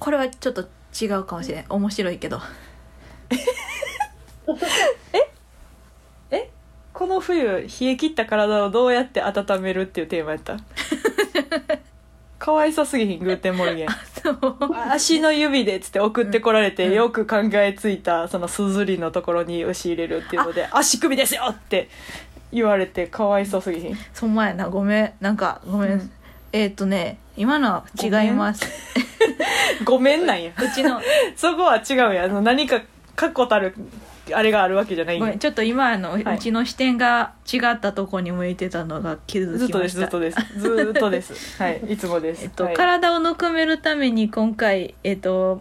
これはちょっと違うかもしれない面白いけど
この冬冷え切った体をどうやって温めるっていうテーマやった かわいさすぎひんグーテンモルゲン
そう
足の指でっつって送ってこられて、
うん
よく考えついたそのすずりのところに押し入れるっていうので足首ですよって言われてかわいそうすぎひん
そんまやなごめんなんかごめん、
うん
えーっ、とね今のは違います
ごめんなんや
うちの
そこは違うんやあの何か確固たるあれがあるわけじゃない
ご
ん
め
や
んちょっと今の、
いう
ちの視点が違ったとこに向いてたのが気
ず
づ
っ
き
と
ま
で
し
す
た
ずっとですずーっとですはいいつもです、
えっと、
はい
体をぬくめるために今回えっと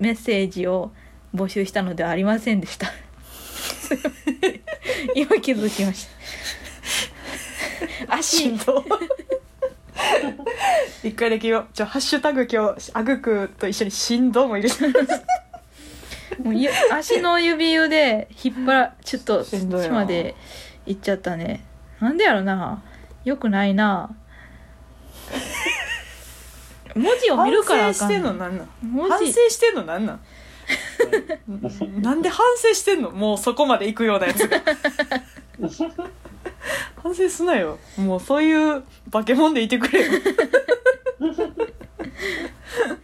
メッセージを募集したのではありませんでした今気づきました
しん
足
ど 一回だけ言おうちょハッシュタグ今日あぐくと一緒にしんども入れて
もうゆ足の指湯で引っ張 らちょっと
しんどいな
土まで行っちゃったね なんでやろなよくないな文字を見るからあ
反省
か
して
ん
ん
の
のなんなん
文
反省
字
してんのなんなんうんなんで反省してんのもうそこまで行くようなや つが反省すなよもうそういう化け物でいてくれよ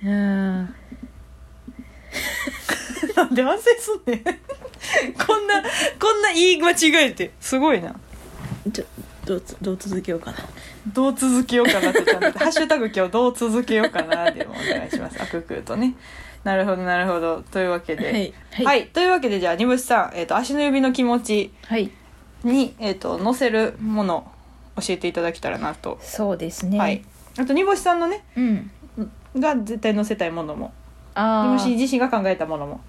うん
なんで反省すんねんこんなこんな言い間違えてすごいな
ちょどうつどう続けようかな
どう続けようかなってちゃんと「ハッシュタグ今日どう続けようかな」でもお願いしますあくくとねなるほどなるほどというわけで
は
はい、
いはい
というわけでじゃあ煮干しさん、えー、と足の指の気持ち
はい
に、えー、と載せるもの教えていただけたらなと、
そうですね
はいあと煮干しさんのね
うん
が絶対載せたいものも煮
あ
干
ー
し自身が考えたものも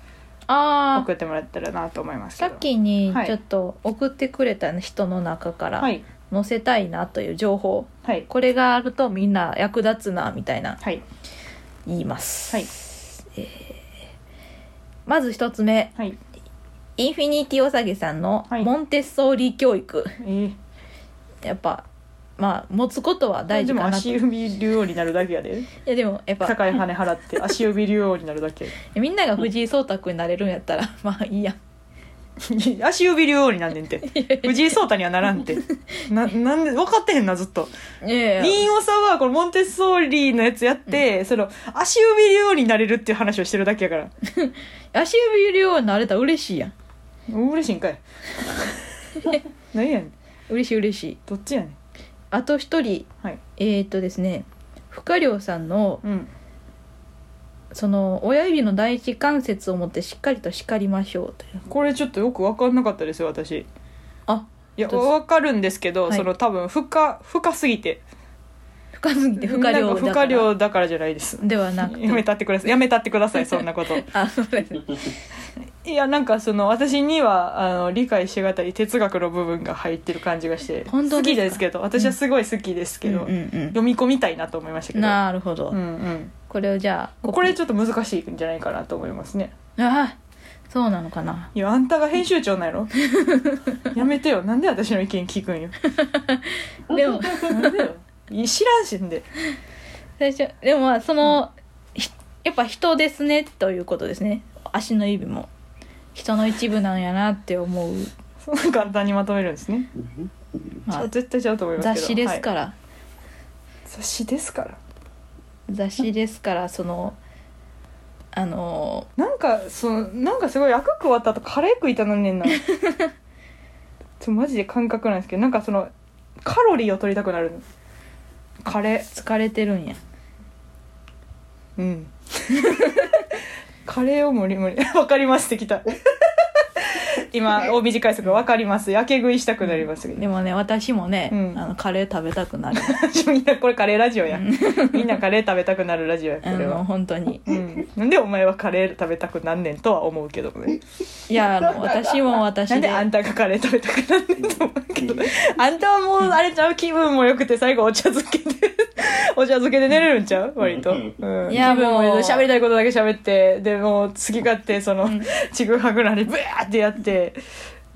あ
送ってもらったらなと思いま
ー
すけ
さ
ど
っきに
はい
ちょっと送ってくれた人の中から
はい
載せたいなという情報
はい
これがあるとみんな役立つなみたいな
はい
言います、
はい
えーまず一つ目
はい
インフィニティおさげさんの
はい
モンテッソーリ教育、
えー
やっぱまあ持つことは大
で
事
も
かなと
足
い
指竜王になるだけやで
やでもやっぱ
高い羽払って足指竜王になるだけ
みんなが藤井聡太君になれるんやったら まあいいや
足指竜王になんねんて藤井聡太にはならんてななんで分かってへんなずっと
いやいや
林王さんはこのモンテッソーリのやつやって、その足指竜王になれるっていう話をしてるだけやから
足指量になれたら嬉しいやん
嬉しいんか い何やねん
嬉しい嬉しい
どっちやねん
あと一人
はい
えー、っとですね深涼さんの
うん
その親指の第一関節を持ってしっかりと叱りましょうという
これちょっとよく分かんなかったですよ私
あ
いや
どうぞ
分かるんですけど、
はい
その多分深深すぎて
深すぎて深
な
量
んか
だ
深
から
量だからじゃないです
ではなくて
やめたってくださいやめたってくださいそんなこと
あそうですね
いやなんかその私にはあの理解しがたい哲学の部分が入ってる感じがして
本当
好
で
き
すか
ですけど私はすごい好きですけど、
うんうん
読み込みたいなと思いました
う
け
ん、
ど
なるほど、
うんうん、
これをじゃあコピー
これちょっと難しいんじゃないかなと思いますね
あーそうなのかない
やあんたが編集長なんや ろやめてよなんで私の意見聞くんよ
でも
なんでよいや知らんしんで
最初でもまあその、ひやっぱ人ですねということですね足の指も人の一部なんやなって思う、
そんな簡単にまとめるんですね、
ま
ちょ
あ、
絶対ちゃうと思いますけど
雑誌ですから、
はい雑誌ですから
雑誌ですからそのあの
なんかそのなんかすごい赤く終わった後カレー食いたなんねん なちょっとマジで感覚なんですけどなんかそのカロリーを取りたくなるのカレ
疲れてるんや
ーうんカレーを無理無理 わかりますってきた今大短い速がわかりますやけ食いしたくなり ますけど
でもね私もね、
うん
あのカレー食べたく なる
みんなこれカレーラジオや
うん
みんなカレー食べたくなるラジオやこ
あ
れ
の
は、
本当に
うん、なんでお前はカレー食べたくなんねんとは思うけどね
いやあの私も私
な
で
んであんたがカレー食べたくなんねんと思うけど
うん
あんたはもうあれちゃう気分も良くて最後お茶漬けで お茶漬けで寝れるんちゃう割と、うん、
いや
気分
もう
良い喋りたいことだけ喋ってでもう好き勝手その
ん
ちぐはぐなでブワーってやって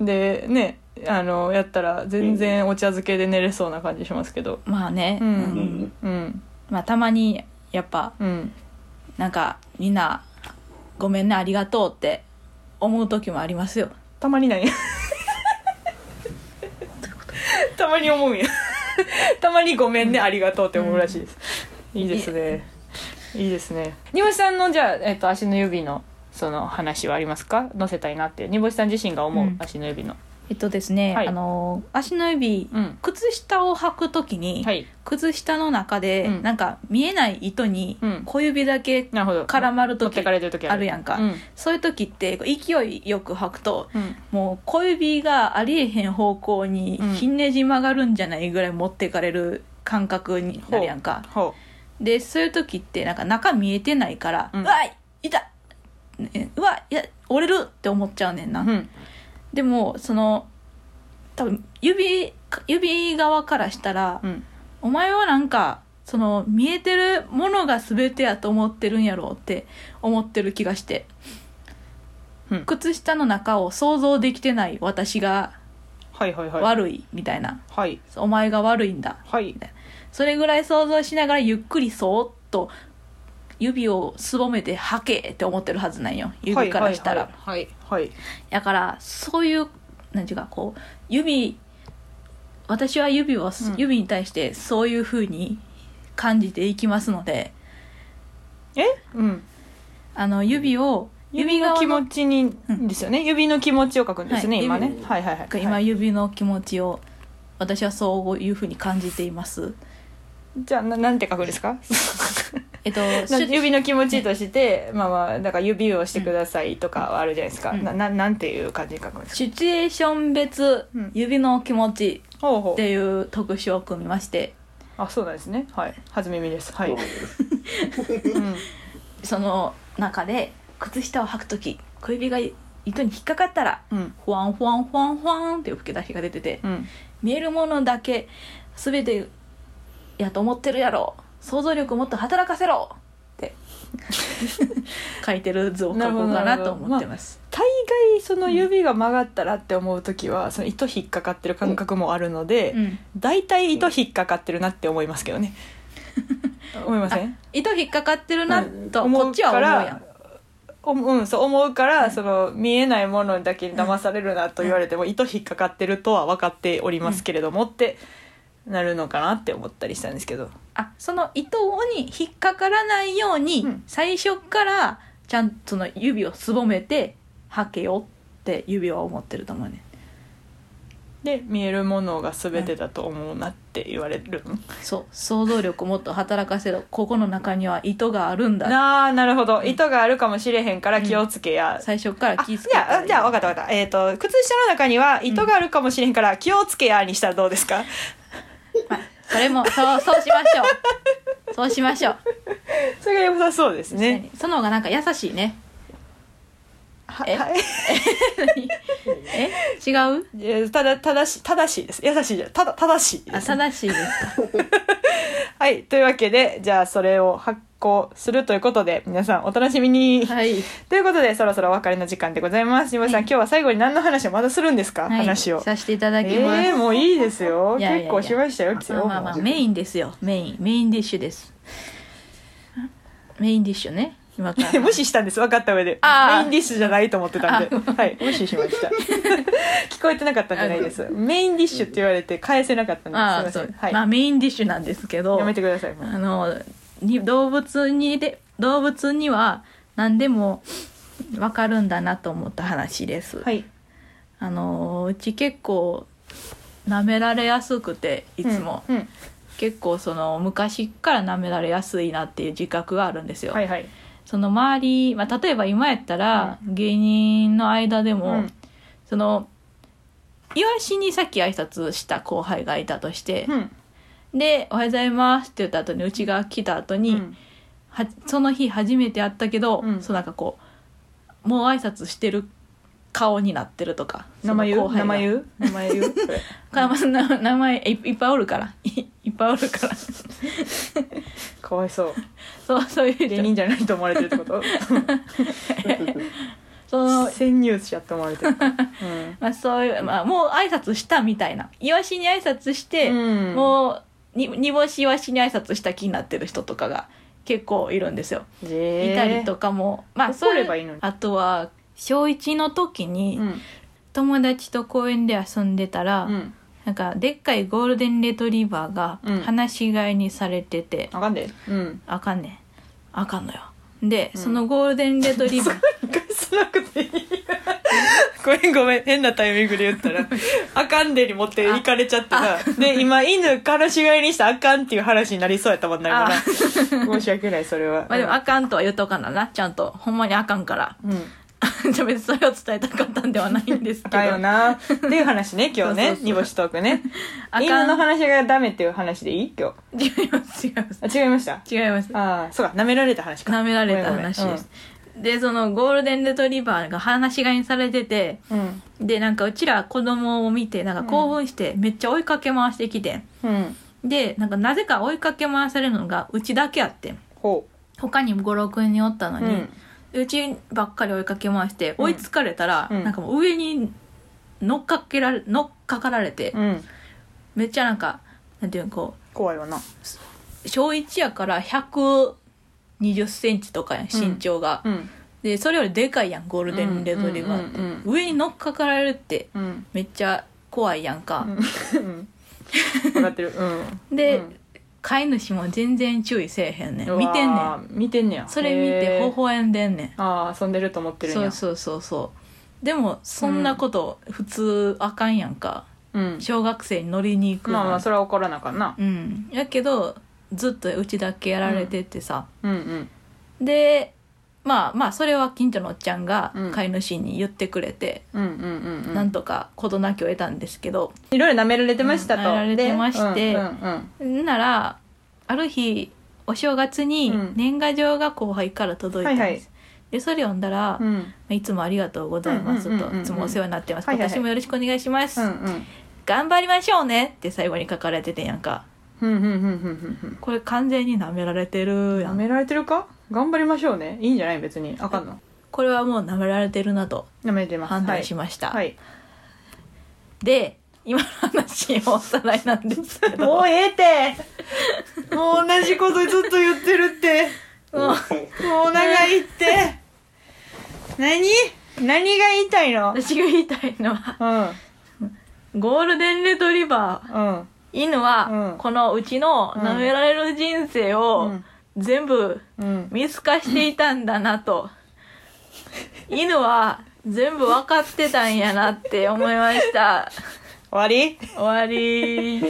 でねあのやったら全然お茶漬けで寝れそうな感じしますけど
まあね、
うん
うん
うん
まあ、たまにやっぱ
うん
なんかみんな「ごめんねありがとう」って思う時もありますよ
たまにないたまに思うんやたまにごめんね、ありがとうって思うらしいです、いいですねいいですね煮干しさんのじゃあ、えっと足の指のその話はありますか載せたいなって煮干しさん自身が思う、
うん
足の指の
えっとですね、
はい
あの足の指、
うん
靴下を履く時に、
はい
靴下の中で、
うん
なんか見えない糸に
うん
小指だけ
なるほど
絡まる
取っ
時
てかれてる時
あるやんか、
うん
そういう時ってこう勢いよく履くと
うん
もう小指がありえへん方向に
うん
ひねじ曲がるんじゃないぐらい持ってかれる感覚になるやんか、
ほ
でそういう時ってなんか中見えてないから「う
うん
わい痛っねうわいや折れる!」って思っちゃうねん
う
な、
うん
でもその多分指指側からしたら、
うん
お前はなんかその見えてるものが全てやと思ってるんやろうって思ってる気がして、
うん
靴下の中を想像できてない私が
はいはいはい
悪いみたいな、
はい
お前が悪いんだ
はい
それぐらい想像しながらゆっくりそーっと指をすぼめてはけって思ってるはずなんよ指からしたら、
はいはい
だからそういう何ていうかこう指私は指を、
うん
指に対してそういうふうに感じていきますので
えうん
あの指を
指の
側
気持ちにですよね、指の気持ちを書くんですね、
はい
今ね
指
はいはいはい
今指の気持ちを私はそういうふうに感じています
じゃあななんて書くんですか
えっ と
な
手
指の気持ちとして、まあまあだから指をしてくださいとかはあるじゃないですか、
うん
なななんていう感じに書くんですか、
シチュエーション別
うん
指の気持ち
ほうほ
っ
う
ていう特集を組みまして
あそうなんですねはい初耳ですはい、うん、
その中で靴下を履く時小指が糸に引っかかったら
うん
「フワンフワンフワンフワン」っていう吹き出しが出てて
うん
見えるものだけ全てやと思ってるやろ想像力もっと働かせろって 書いてる図を書こうかなと思ってます、
大概その指が曲がったらって思う時はその糸引っかかってる感覚もあるので、
うん、
大体糸引っかかってるなって思いますけ どね思いません
糸引っかかってるなと
思う
こっちは思うや
か
ん
おうん、そう思うから、その見えないものだけに騙されるなと言われても、糸引っかかってるとは分かっておりますけれども、ってなるのかなって思ったりしたんですけど
あその糸に引っかからないように、
うん
最初からちゃんとその指をすぼめてはけよって指は思ってると思うね
で見えるものが全てだと思うなって言われる、
そう想像力をもっと働かせろここの中には糸があるんだ
なあなるほど、糸があるかもしれへんから気をつけや、
最初から
あ
気
じ
付けたら
ゃ
い
あ
い
じゃあ分かった分かったえっ、と靴下の中には糸があるかもしれへんから気をつけやにしたらどうですか、
それもそうそうしましょうそうしましょう
それが良さそうですね
その方がなんか優しい ね
は
え
はい
え違う
いやただ正し正しいです優しいじゃんただ正しいです
あ正しいですか
はい。というわけで、じゃあそれを発行するということで、皆さんお楽しみに。
はい
ということで、そろそろお別れの時間でございます。ジムさん、
はい
今日は最後に何の話をまだするんですか、
はい
話を。
させていた
え
だきます、
えーもういいですよ。
いやいやいや
結構しましたよ、
まあまあまあメインですよメインメインディッシュですメインディッシュね今か ら
無視したんです分かった上で
あー
メインディッシュじゃないと思ってたんで、はい、無視しました 聞こえてなかったんじゃないですメインディッシュって言われて返せなかったん
あ
で
あ
すす
そ
いうま、せん、
ま
は
あメインディッシュなんですけ
い、
ど
やめてくださいもう
あのに動物にで動物には何でも分かるんだなと思った話です、
はい
あのうち結構舐められやすくていつも、
うんうん
結構その昔から舐められやすいなっていう自覚があるんですよ、
はいはい
その周り、まあ、例えば今やったら芸人の間でも、
うん
そのイワシにさっき挨拶した後輩がいたとして
う、ん
で「おはようございます」って言った後にうちが来た後
う
に、
ん
はその日初めて会ったけど、
うん
そうなんかこうもう挨拶してる顔になってるとか
名前言
その
う
後
名
輩が
前言う名前言うそれ
か名名前いいっぱいおるから いいっぱいおるから
かわいそう
そうそうい う
芸
人
人じゃないと思われてるってこと
その
潜入者って思われてる、うん
まあそういう、まあ、もう挨拶したみたいな。イワシに挨拶して、
うん
もう、に、煮干しイワシに挨拶した気になってる人とかが結構いるんですよ。いたりとかも。まあ、
怒
そう
れ
い
ばいいの
う
に。
あとは、小一の時に、
うん
友達と公園で遊んでたら、
うん
なんか、でっかいゴールデンレトリバーが
うん、
話し飼いにされてて、
あかんで うん
あかんねん。あかんのよ。で、
うん
そのゴールデンレ トリバー、
しなくていいごめんごめん変なタイミングで言った ら「あかんで」に持って行かれちゃってさで今犬からしがいにしたらあかんっていう話になりそうやったもんな今
あ
な申し訳ないそれは
まあでもあかんとは言っとかなな、ちゃんと。ほんまにあかんから。
うん、
じゃあ別にそれを伝えたかったんではないんです け
あ
ど。
かんよなっていう話ね今日
そう
ね
そうそう
煮干しトークね
あかん
犬の話がダメっていう話でいい今
違います、違います。
日あ違いました
違います。
ああそうか舐められた話か
舐められ
ご
た
めんごめん
話です。で、そのゴールデンレトリバーが放し飼いにされてて、
うん
で、なんかうちら子供を見て、なんか興奮して、めっちゃ追いかけ回してきてん。
うん
で、なんかなぜか追いかけ回されるのがうちだけあってん。
ほ
他にも5、6人おったの
う、
に、うちばっかり追いかけ回して、
うん
追いつかれたら、
うん
なんかもう上に乗っかけられ、乗っかかられて、
うん、
めっちゃなんか、なんていうのこう、
怖いわな
小1やから100 20センチとかやん身長が、
うん
でそれよりでかいやんゴールデンレトリバーって、
うんうんうん
上に乗っかかられるって
うん
めっちゃ怖いやん か、
うん分かってるう
で、
うん
飼い主も全然注意せえへんねん
ん
見てんねん
ん見てんねや
それ見て
へー
微笑んでんねん
ああ遊んでると思ってるん
そ
や
うそうそうそうでもそんなこと普通あかんやんか、
うん
小学生に乗りに行く
まあま
なん
あ
て
それは怒らなあかんな
うんやけどずっとうちだけやられててさ、
うんうん
でまあまあそれは近所のおっちゃんが
うん
飼い主に言ってくれて、
うんうんうんうん
なんとか事なきを得たんですけど、
いろいろ舐められてましたと、
うん舐められてまして
でうんうん
ならある日お正月に
うん
年賀状が後輩から届いたんです、
はいはい
でそれ読んだら、
うんうん
いつもありがとうございます
うんうんうんうん
と、
うん
いつもお世話になってます。
はいはいはい
今年もよろしくお願いします、
うんうん
頑張りましょうねって最後に書かれててんやんか。
ふんふんふんふんふんふん
これ完全に舐められてるや
舐
ん。
められてるか頑張りましょうねいいんじゃない別にあかんの
これはもう舐められてるなと
舐められてます
判断し
ま
ました。
はい、
で、今の話おさらいなんですけ ど。
もうええってもう同じことずっと言ってるって
もう
もう長いって何何が言いたいの
私が言いたいのは、
うんうん
ゴールデンレトリバー、
うん
犬
う
は
ん、
このうちの
うん
舐められる人生
う
を
ん
全部
うん
見透かしていたんだな と犬は全部分かってたんやなって思いました
終わり
終わり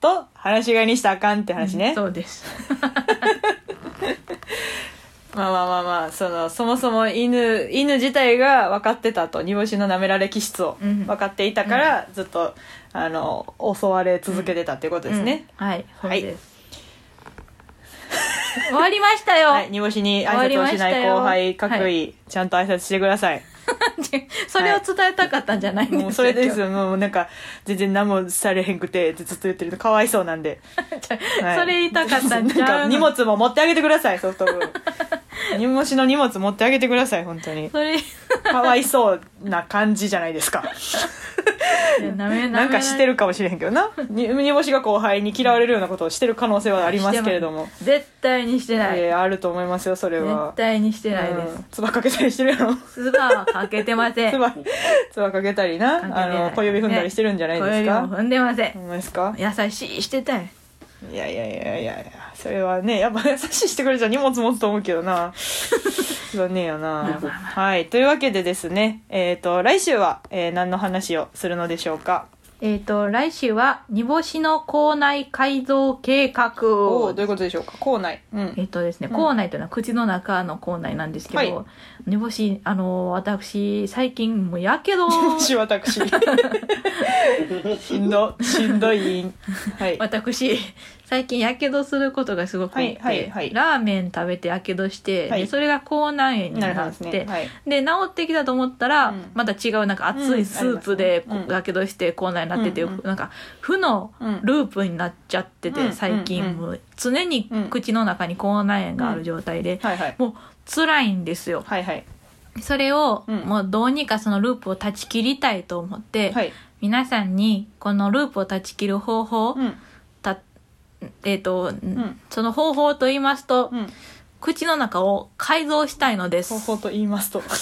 と話し飼いにしたらあかんって話ね、
そうです
まあまあまあまあそのそもそも犬犬自体が分かってたと煮干しの舐められ気質を
うん
分かっていたから、ずっとあの襲われ続けてたっていうことですね、、
うんはいそうです、終わりましたよ、
はい煮干しに挨拶をしな
終わりました
い
よ
後輩各位、
は
ちゃんと挨拶してくだ さい
それを伝えたかったんじゃないんですよ
もうそれです
今
よもうなんか全然何もされへんくてずっと言ってるとかわいそうなん で、
日
はい
それ言いたかったんじ
なん
ゃ
か
う
荷物も持ってあげてくださいソフト 部煮干しの荷物持ってあげてください本当に
それ
かわいそうな感じじゃないですか
な め
なんかして
る
るかもしれへんけど な。に煮干しが後輩に嫌われるようなことをしてる可能性はありますけれど も。
絶対にしてない、
えーあると思いますよ、それは
絶。対にしてないで
うんつばかけたりしてるやろ。
す、唾はかけてません
つば、つばかけたり
かけて
な。あ
ない
の、小指踏んだりしてるんじゃない
小
です
指も
か。
踏んでません
ほんまですか
優しいしてたよ
いやいやいやいやいや、それはね、やっぱ優しいしてくれちゃ荷物持つと思うけどな。 そうねえよな。はい。というわけでですね、えっ、と、来週は、えー何の話をするのでしょうか。
えっ、と来週は煮干しの校内改造計画
おーどういうことでしょうか。校内。うん。
えっ、とですね、
うん
校内というのは口の中の校内なんですけど、
はい
煮干しあの私最近もうやけ ど
私私 しんどしんどいはい
私最近やけどすることがすごく多くて、
はいはいはい
ラーメン食べてやけどして、
はい
でそれが口内炎に
なるほど
な
で
っ
す
て
ねはい
で治ってきたと思ったら、
うん
また違うなんか熱いスープで
うんありますねうん
やけどして口内になってて、
うんうん
なんか負の
うん
ループになっちゃってて、
うん
最近
うん
もう常に口の中に口内炎がある状態で、
はいはい
もう辛いんですよ
はいはい
それを
うん
もうどうにかそのループを断ち切りたいと思って、
はい
皆さんにこのループを断ち切る方法、
うん
たえっ、と、
ん
その方法と言いますと、
うん
口の中を改造したいのです
方法と言いますと試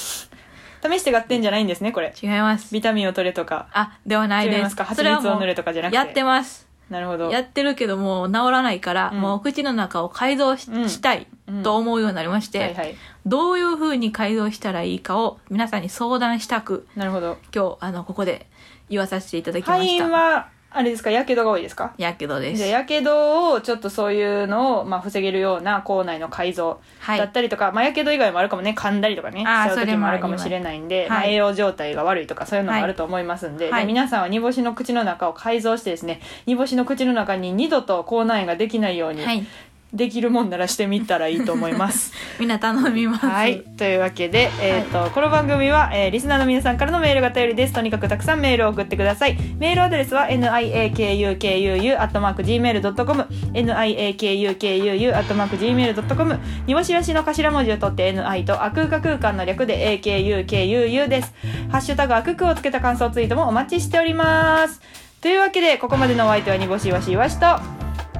して買ってんじゃないんですねこれ
違います
ビタミンを取れとか
あではない
違い
で
ますすか
そ
蜂
れは
蜜を
も
塗れとかじゃなく
う
て
やってます
なるほど
やってるけどもう治らないから、
うん
もう口の中を改造し,、
うん
たいと思うようになりまして、
はいはい
どういうふうに改造したらいいかを皆さんに相談したく
なるほど
今日あのここで言わさせていただきま
肺
し
炎
た
はあれですかやけどが多いですか
やけど
じ
で
ゃあ
す
やけどをちょっとそういうのを、まあ、防げるような口内の改造
はい
だったりとか、まあ、やけど以外もあるかもね噛んだりとかね
あー
しちゃう
そ
時
れも
も
あ
あ
り
るか
ます
もしれないんで、
はい
まあ栄養状態が悪いとかそういうのもあると思いますんで,、
はい
で皆さんは煮干しの口の中を改造してですね煮干しの口の中に二度と口内炎ができないように、
はい
できるもんならしてみたらいいと思います。
みんな頼みます
はい、というわけで、えーとこの番組は、えーリスナーの皆さんからのメールが頼りですとにかくたくさんメールを送ってくださいメールアドレスは niakukuu.gmail.com niakukuu.gmail.com にぼしよしの頭文字を取って ni とあくうか空間の略で akukuu ですハッシュタグあくくをつけた感想ツイートもお待ちしておりますというわけでここまでのお相手はにぼしわしわしと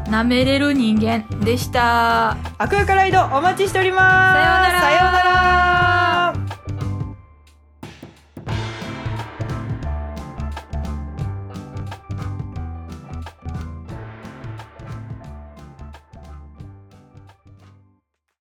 舐めれる人間でした。
アクアカライドお待ちしております
さようなら
さようなら